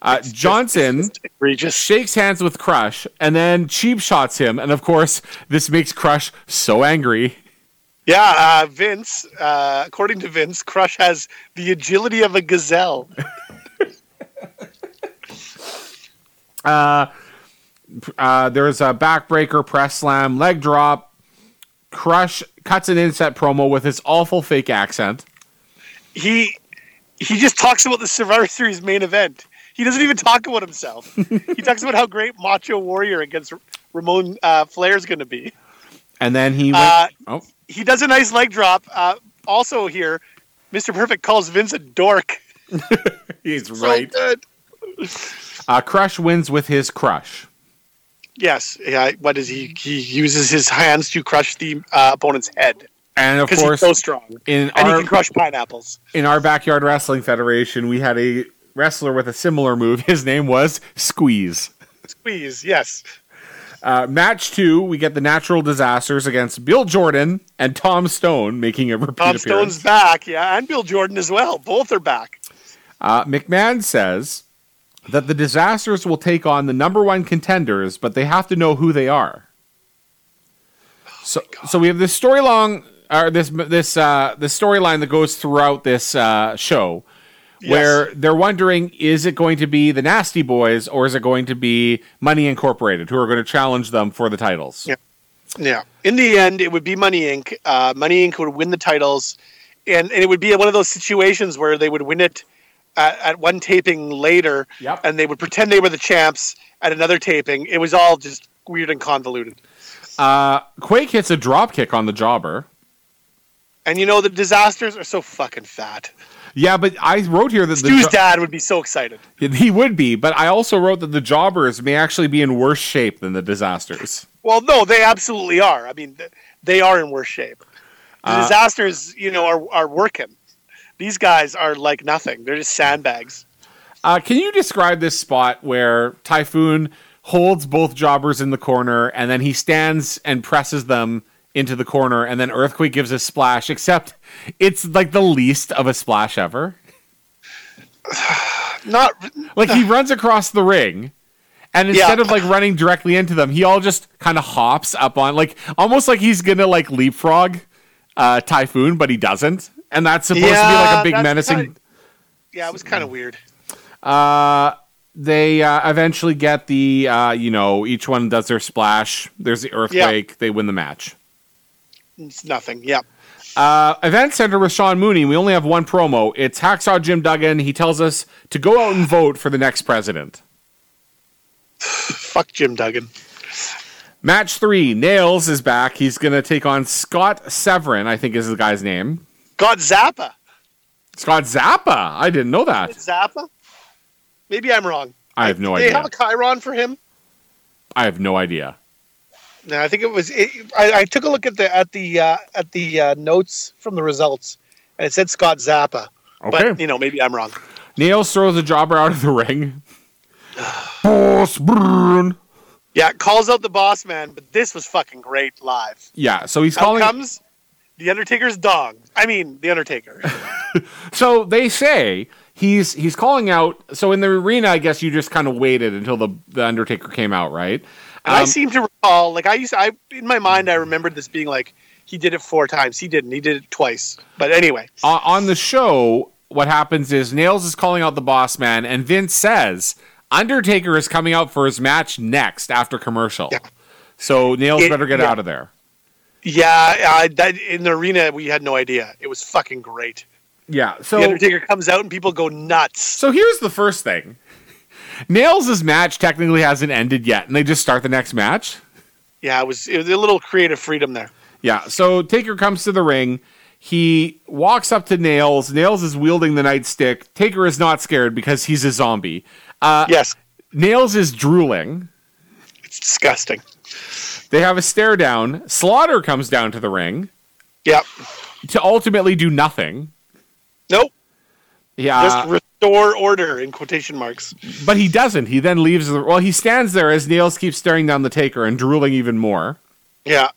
Uh, Johnson
It's egregious.
shakes hands with Crush and then cheap shots him, and of course, this makes Crush so angry.
Yeah, uh, Vince. Uh, according to Vince, Crush has the agility of a gazelle.
Uh, there's a backbreaker, press slam, leg drop. Crush cuts an inset promo with his awful fake accent.
He he just talks about the Survivor Series main event. He doesn't even talk about himself. he talks about how great Macho Warrior against Ramon uh, Flair is going to be.
And then he went,
Uh,
oh,
he does a nice leg drop. Uh, also here, Mr. Perfect calls Vince a dork.
he's
So
right.
good.
Uh, Crush wins with his crush.
Yes. Yeah. What is he? He uses his hands to crush the uh, opponent's head
And of
because he's
course,
so strong,
in
and he
our
can crush pineapples.
in our backyard wrestling federation, we had a wrestler with a similar move. His name was Squeeze.
Squeeze. Yes.
Uh, match two, we get the Natural Disasters against Bill Jordan and Tom Stone making a repeat
Tom
appearance.
Stone's back. Yeah, and Bill Jordan as well. Both are back.
Uh, McMahon says that the disasters will take on the number one contenders, but they have to know who they are. So, so we have this story long, or this this uh, this storyline that goes throughout this uh, show, where they're wondering: is it going to be the Nasty Boys, or is it going to be Money Incorporated, who are going to challenge them for the titles?
Yeah. Yeah. In the end, it would be Money Inc. Uh, Money Inc. would win the titles, and, and it would be one of those situations where they would win it at, at one taping later,
Yep.
and they would pretend they were the champs at another taping. It was all just weird and convoluted.
Quake hits a drop kick on the Jobber.
And you know the disasters are so fucking fat.
Yeah, but I wrote here that the
Stu's
Jo-
dad would be so excited.
He would be, but I also wrote that the jobbers may actually be in worse shape than the disasters.
Well, no, they absolutely are. I mean, th- they are in worse shape. The
Uh,
disasters, you know, are are working. These guys are like nothing. They're just sandbags.
Uh, can you describe this spot where Typhoon holds both jobbers in the corner and then he stands and presses them into the corner and then Earthquake gives a splash, except it's like the least of a splash ever?
Not
Like he runs across the ring. And instead
Yeah.
of like running directly into them, he all just kind of hops up on like almost like he's gonna like leapfrog uh, Typhoon, but he doesn't. And that's supposed to be like
Yeah,
a big
that's
menacing
kinda- yeah, it was kind of weird.
they uh, eventually get the uh, you know each one does their splash there's the earthquake they win the match
It's nothing. Yeah.
uh, event center with sean mooney we only have one promo it's hacksaw jim duggan he tells us to go out and vote for the next president
Fuck Jim Duggan.
match three nails is back he's gonna take on scott severin i think is the guy's name
God Zappa.
scott zappa i didn't know that
Zappa? Maybe I'm wrong.
i have no
They
idea
have a Chiron for him.
i have no idea
No, I think it was. It, I, I took a look at the at the uh, at the uh, notes from the results, and it said Scott Zappa.
okay
But you know, maybe I'm wrong.
nails throws a jobber out of the ring Boss Bruin.
Yeah, calls out the boss man, but this was fucking great live.
yeah so he's
Out
calling
comes the Undertaker's dong. I mean, the Undertaker.
So they say he's he's calling out. So in the arena, I guess you just kind of waited until the the Undertaker came out, right?
And I
Um,
seem to recall, like I used, I in my mind, I remembered this being like he did it four times. He didn't. He did it twice. But anyway,
o- Uh, on the show, what happens is Nails is calling out the boss man, and Vince says Undertaker is coming out for his match next after commercial.
Yeah.
So Nails
It-
better get
yeah.
out of there.
yeah, I, that, in the arena we had no idea. It was fucking great.
Yeah.
The
So
Undertaker comes out and people go nuts.
so here's the first thing. Nails' match technically hasn't ended yet, and they just start the next match.
Yeah, it was, it was a little creative freedom there.
Yeah. So Taker comes to the ring. He walks up to Nails. Nails is wielding the nightstick. Taker is not scared because he's a zombie. Uh,
yes,
Nails is drooling.
it's disgusting.
They have a stare down. Slaughter comes down to the ring
Yep.
to ultimately do nothing.
Nope. Just
Yeah.
restore order in quotation marks.
but he doesn't. He then leaves. The, well, he stands there as Nails keeps staring down the Taker and drooling even more.
Yeah.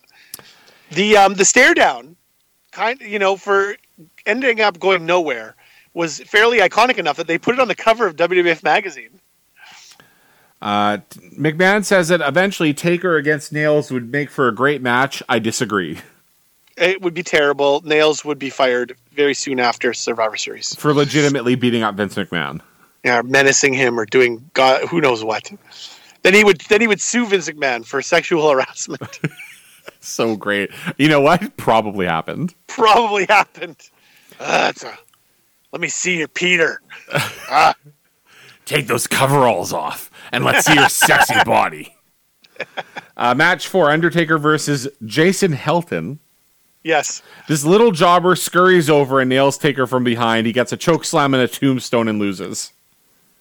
The um the stare down kind you know for ending up going nowhere was fairly iconic enough that they put it on the cover of WWF magazine.
Uh, t- McMahon says that eventually Taker against Nails would make for a great match. I disagree.
It would be terrible. Nails would be fired very soon after Survivor Series.
For legitimately beating up Vince McMahon.
Yeah, menacing him or doing God, who knows what. Then he would then he would sue Vince McMahon for sexual harassment.
So great. You know what? Probably happened.
Probably happened. Ah, it's a- let me see your Peter.
Take those coveralls off and let's see your sexy body. Uh, match four Undertaker versus Jason Helton.
Yes.
This little jobber scurries over and nails Taker from behind. He gets a choke slam and a tombstone and loses.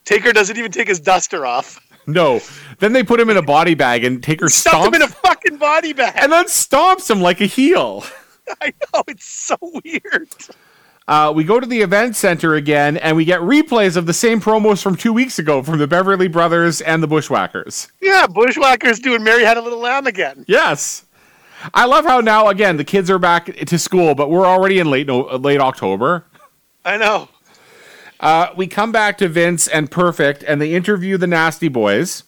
Taker doesn't even take his duster off.
No. Then they put him in a body bag and Taker
Stuffed him
stomps
in a fucking body bag.
and then stomps him like a heel.
I know it's so weird.
Uh, we go to the event center again and we get replays of the same promos from two weeks ago from the Beverly Brothers and the Bushwhackers.
Yeah, Bushwhackers doing Mary Had a Little Lamb again.
Yes. I love how now again the kids are back to school, but we're already in late no- late October.
I know.
Uh, we come back to Vince and Perfect, and they interview the Nasty Boys,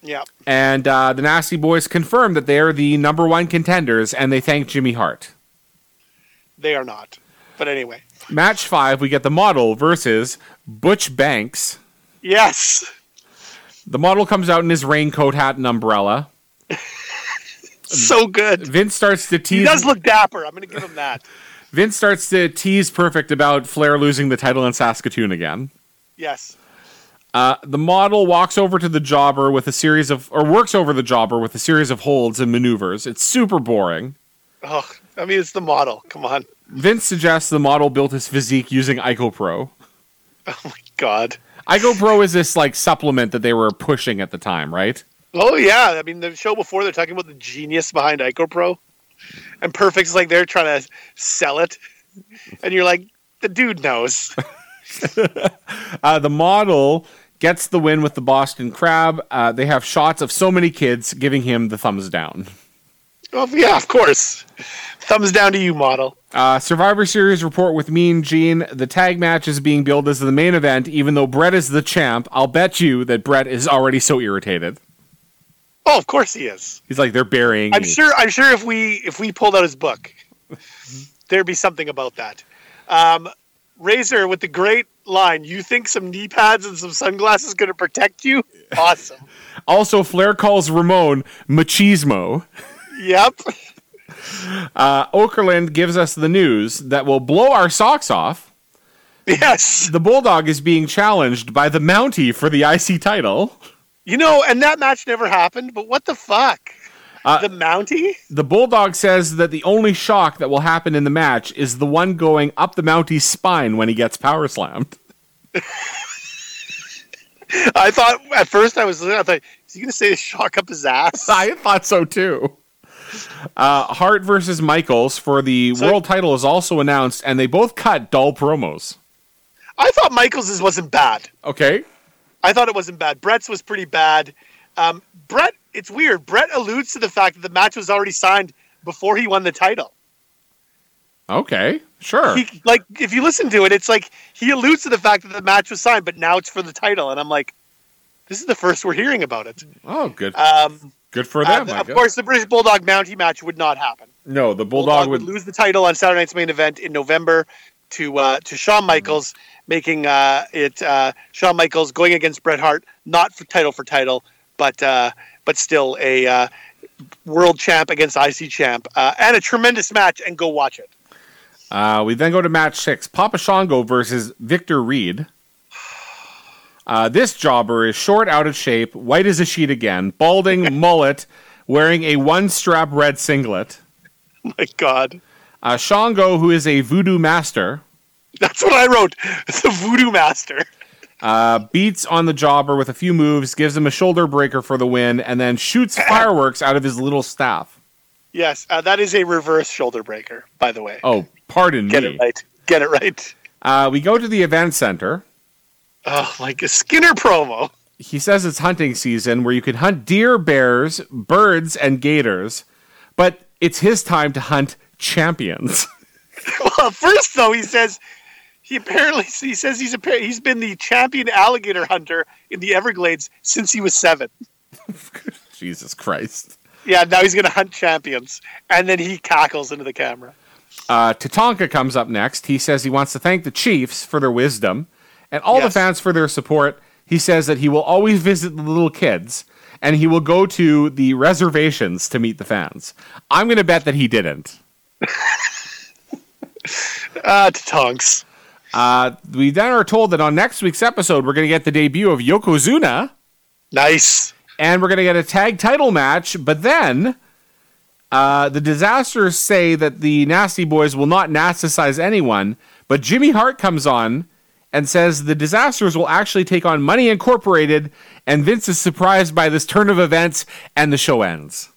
Yeah.
and uh, the Nasty Boys confirm that they are the number one contenders, and they thank Jimmy Hart.
They are not. But anyway.
Match five, we get the model versus Butch Banks.
Yes.
The model comes out in his raincoat, hat, and umbrella.
So good.
Vince starts to
He
tease.
does look dapper. I'm going to give him that.
Vince starts to tease Perfect about Flair losing the title in Saskatoon again.
Yes.
Uh, the model walks over to the jobber with a series of, or works over the jobber with a series of holds and maneuvers. It's super boring.
Oh, I mean, it's the model. Come on.
Vince suggests the model built his physique using IcoPro.
Oh, my God.
IcoPro is this like supplement that they were pushing at the time, right?
Oh, yeah. I mean, the show before, they're talking about the genius behind IcoPro. And Perfect's like, they're trying to sell it. And you're like, the dude knows.
Uh, the model gets the win with the Boston Crab. Uh, they have shots of so many kids giving him the thumbs down.
Oh, yeah, of course. Thumbs down to you, model.
Uh, Survivor Series report with Mean Gene. The tag match is being billed as the main event, even though Brett is the champ. I'll bet you that Brett is already so irritated.
Oh, of course he is.
He's like, they're burying
I'm
me.
sure. I'm sure if we if we pulled out his book, there'd be something about that. Um, Razor with the great line: "You think some knee pads and some sunglasses going to protect you? Awesome.
Also, Flair calls Ramon machismo.
yep.
Uh, Okerlund gives us the news that will blow our socks off.
Yes.
The Bulldog is being challenged by the Mountie for the IC title.
You know, and that match never happened. But what the fuck?
Uh,
the Mountie?
The Bulldog says that the only shock that will happen in the match is the one going up the Mountie's spine when he gets power slammed.
I thought at first I was. I thought is he going to say shock up his ass?
I thought so too. Uh, Hart versus Michaels for the
So-
world title is also announced, and they both cut dull promos.
I thought Michaels's wasn't bad.
Okay.
I thought it wasn't bad. Brett's was pretty bad. Um, Brett, it's weird. Brett alludes to the fact that the match was already signed before he won the title.
Okay. Sure.
He, like, if you listen to it, it's like he alludes to the fact that the match was signed, but now it's for the title. And I'm like, this is the first we're hearing about it.
oh, good.
Um,
Good for
uh,
them. I
of
guess.
course, the British Bulldog Mountie match would not happen.
No, the Bulldog,
Bulldog
would.
would lose the title on Saturday night's main event in November to uh, to Shawn Michaels, making uh, it uh, Shawn Michaels going against Bret Hart, not for title for title, but uh, but still a uh, world champ against IC champ, uh, and a tremendous match. And go watch it.
Uh, we then go to match six Papa Shango versus Victor Reed. Uh, this jobber is short, out of shape, white as a sheet again, balding, mullet, wearing a one strap red singlet.
My God,
Uh, Shango, who is a voodoo master,
that's what I wrote. The Voodoo Master.
uh, beats on the jobber with a few moves, gives him a shoulder breaker for the win, and then shoots fireworks out of his little staff.
Yes, uh, that is a reverse shoulder breaker. By the way,
Oh, pardon
get
me.
it right. Get it right.
Uh, we go to the event center.
Oh, like a Skinner promo.
he says it's hunting season where you can hunt deer, bears, birds, and gators, but it's his time to hunt champions.
well, first though, he says he apparently he says he's a he's been the champion alligator hunter in the Everglades since he was seven.
Jesus Christ.
Yeah, now he's gonna hunt champions, and then he cackles into the camera.
Uh, Tatanka comes up next. He says he wants to thank the Chiefs for their wisdom and all
Yes.
the fans for their support. He says that he will always visit the little kids and he will go to the reservations to meet the fans. I'm going to bet that he didn't.
Ah, Tatonks.
Uh, we then are told that on next week's episode, we're going to get the debut of Yokozuna.
Nice.
and we're going to get a tag title match. But then uh, the disasters say that the Nasty Boys will not nasticize anyone. But Jimmy Hart comes on and says the disasters will actually take on Money Incorporated. And Vince is surprised by this turn of events, and the show ends.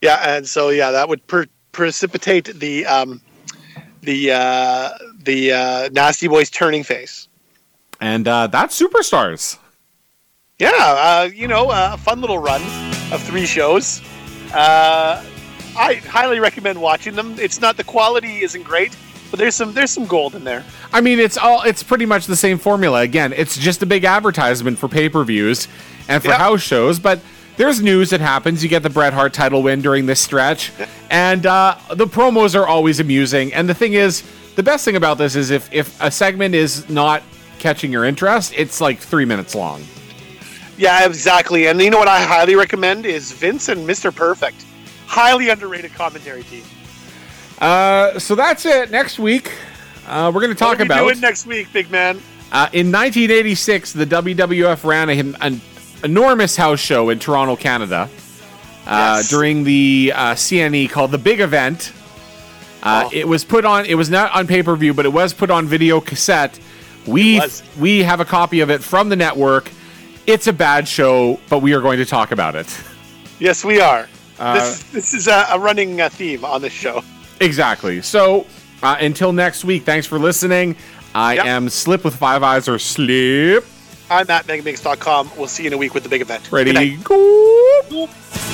Yeah, and so yeah, that would per- precipitate the um, the uh, the uh, nasty boys turning face.
And uh, that's Superstars.
Yeah, uh, you know, uh, a fun little run of three shows. Uh, I highly recommend watching them. It's not the quality isn't great, but there's some there's some gold in there.
I mean, it's all it's pretty much the same formula. Again, it's just a big advertisement for pay-per-views and for
Yeah.
house shows, but there's news that happens. You get the Bret Hart title win during this stretch, and uh, the promos are always amusing. And the thing is, the best thing about this is if if a segment is not catching your interest, it's like three minutes long.
Yeah, exactly. And you know what I highly recommend is Vince and Mr. Perfect. Highly underrated commentary team.
Uh, so that's it. Next week, uh, we're going to talk
what are we
about
doing next week, big man.
Uh, in 1986, the WWF ran a, an enormous house show in Toronto, Canada, uh,
Yes.
during the uh, CNE called the Big Event. Uh,
Oh.
It was put on. It was not on pay per view, but it was put on video cassette. We
It was.
we have a copy of it from the network. It's a bad show, but we are going to talk about it.
Yes, we are.
Uh,
this this is a, a running uh, theme on this show.
Exactly. So uh, until next week, thanks for listening. I
Yep.
am Slip with Five Eyes or Slip.
I'm at megamix.com. We'll see you in a week with the big event. Good night.
Ready? Go.
It's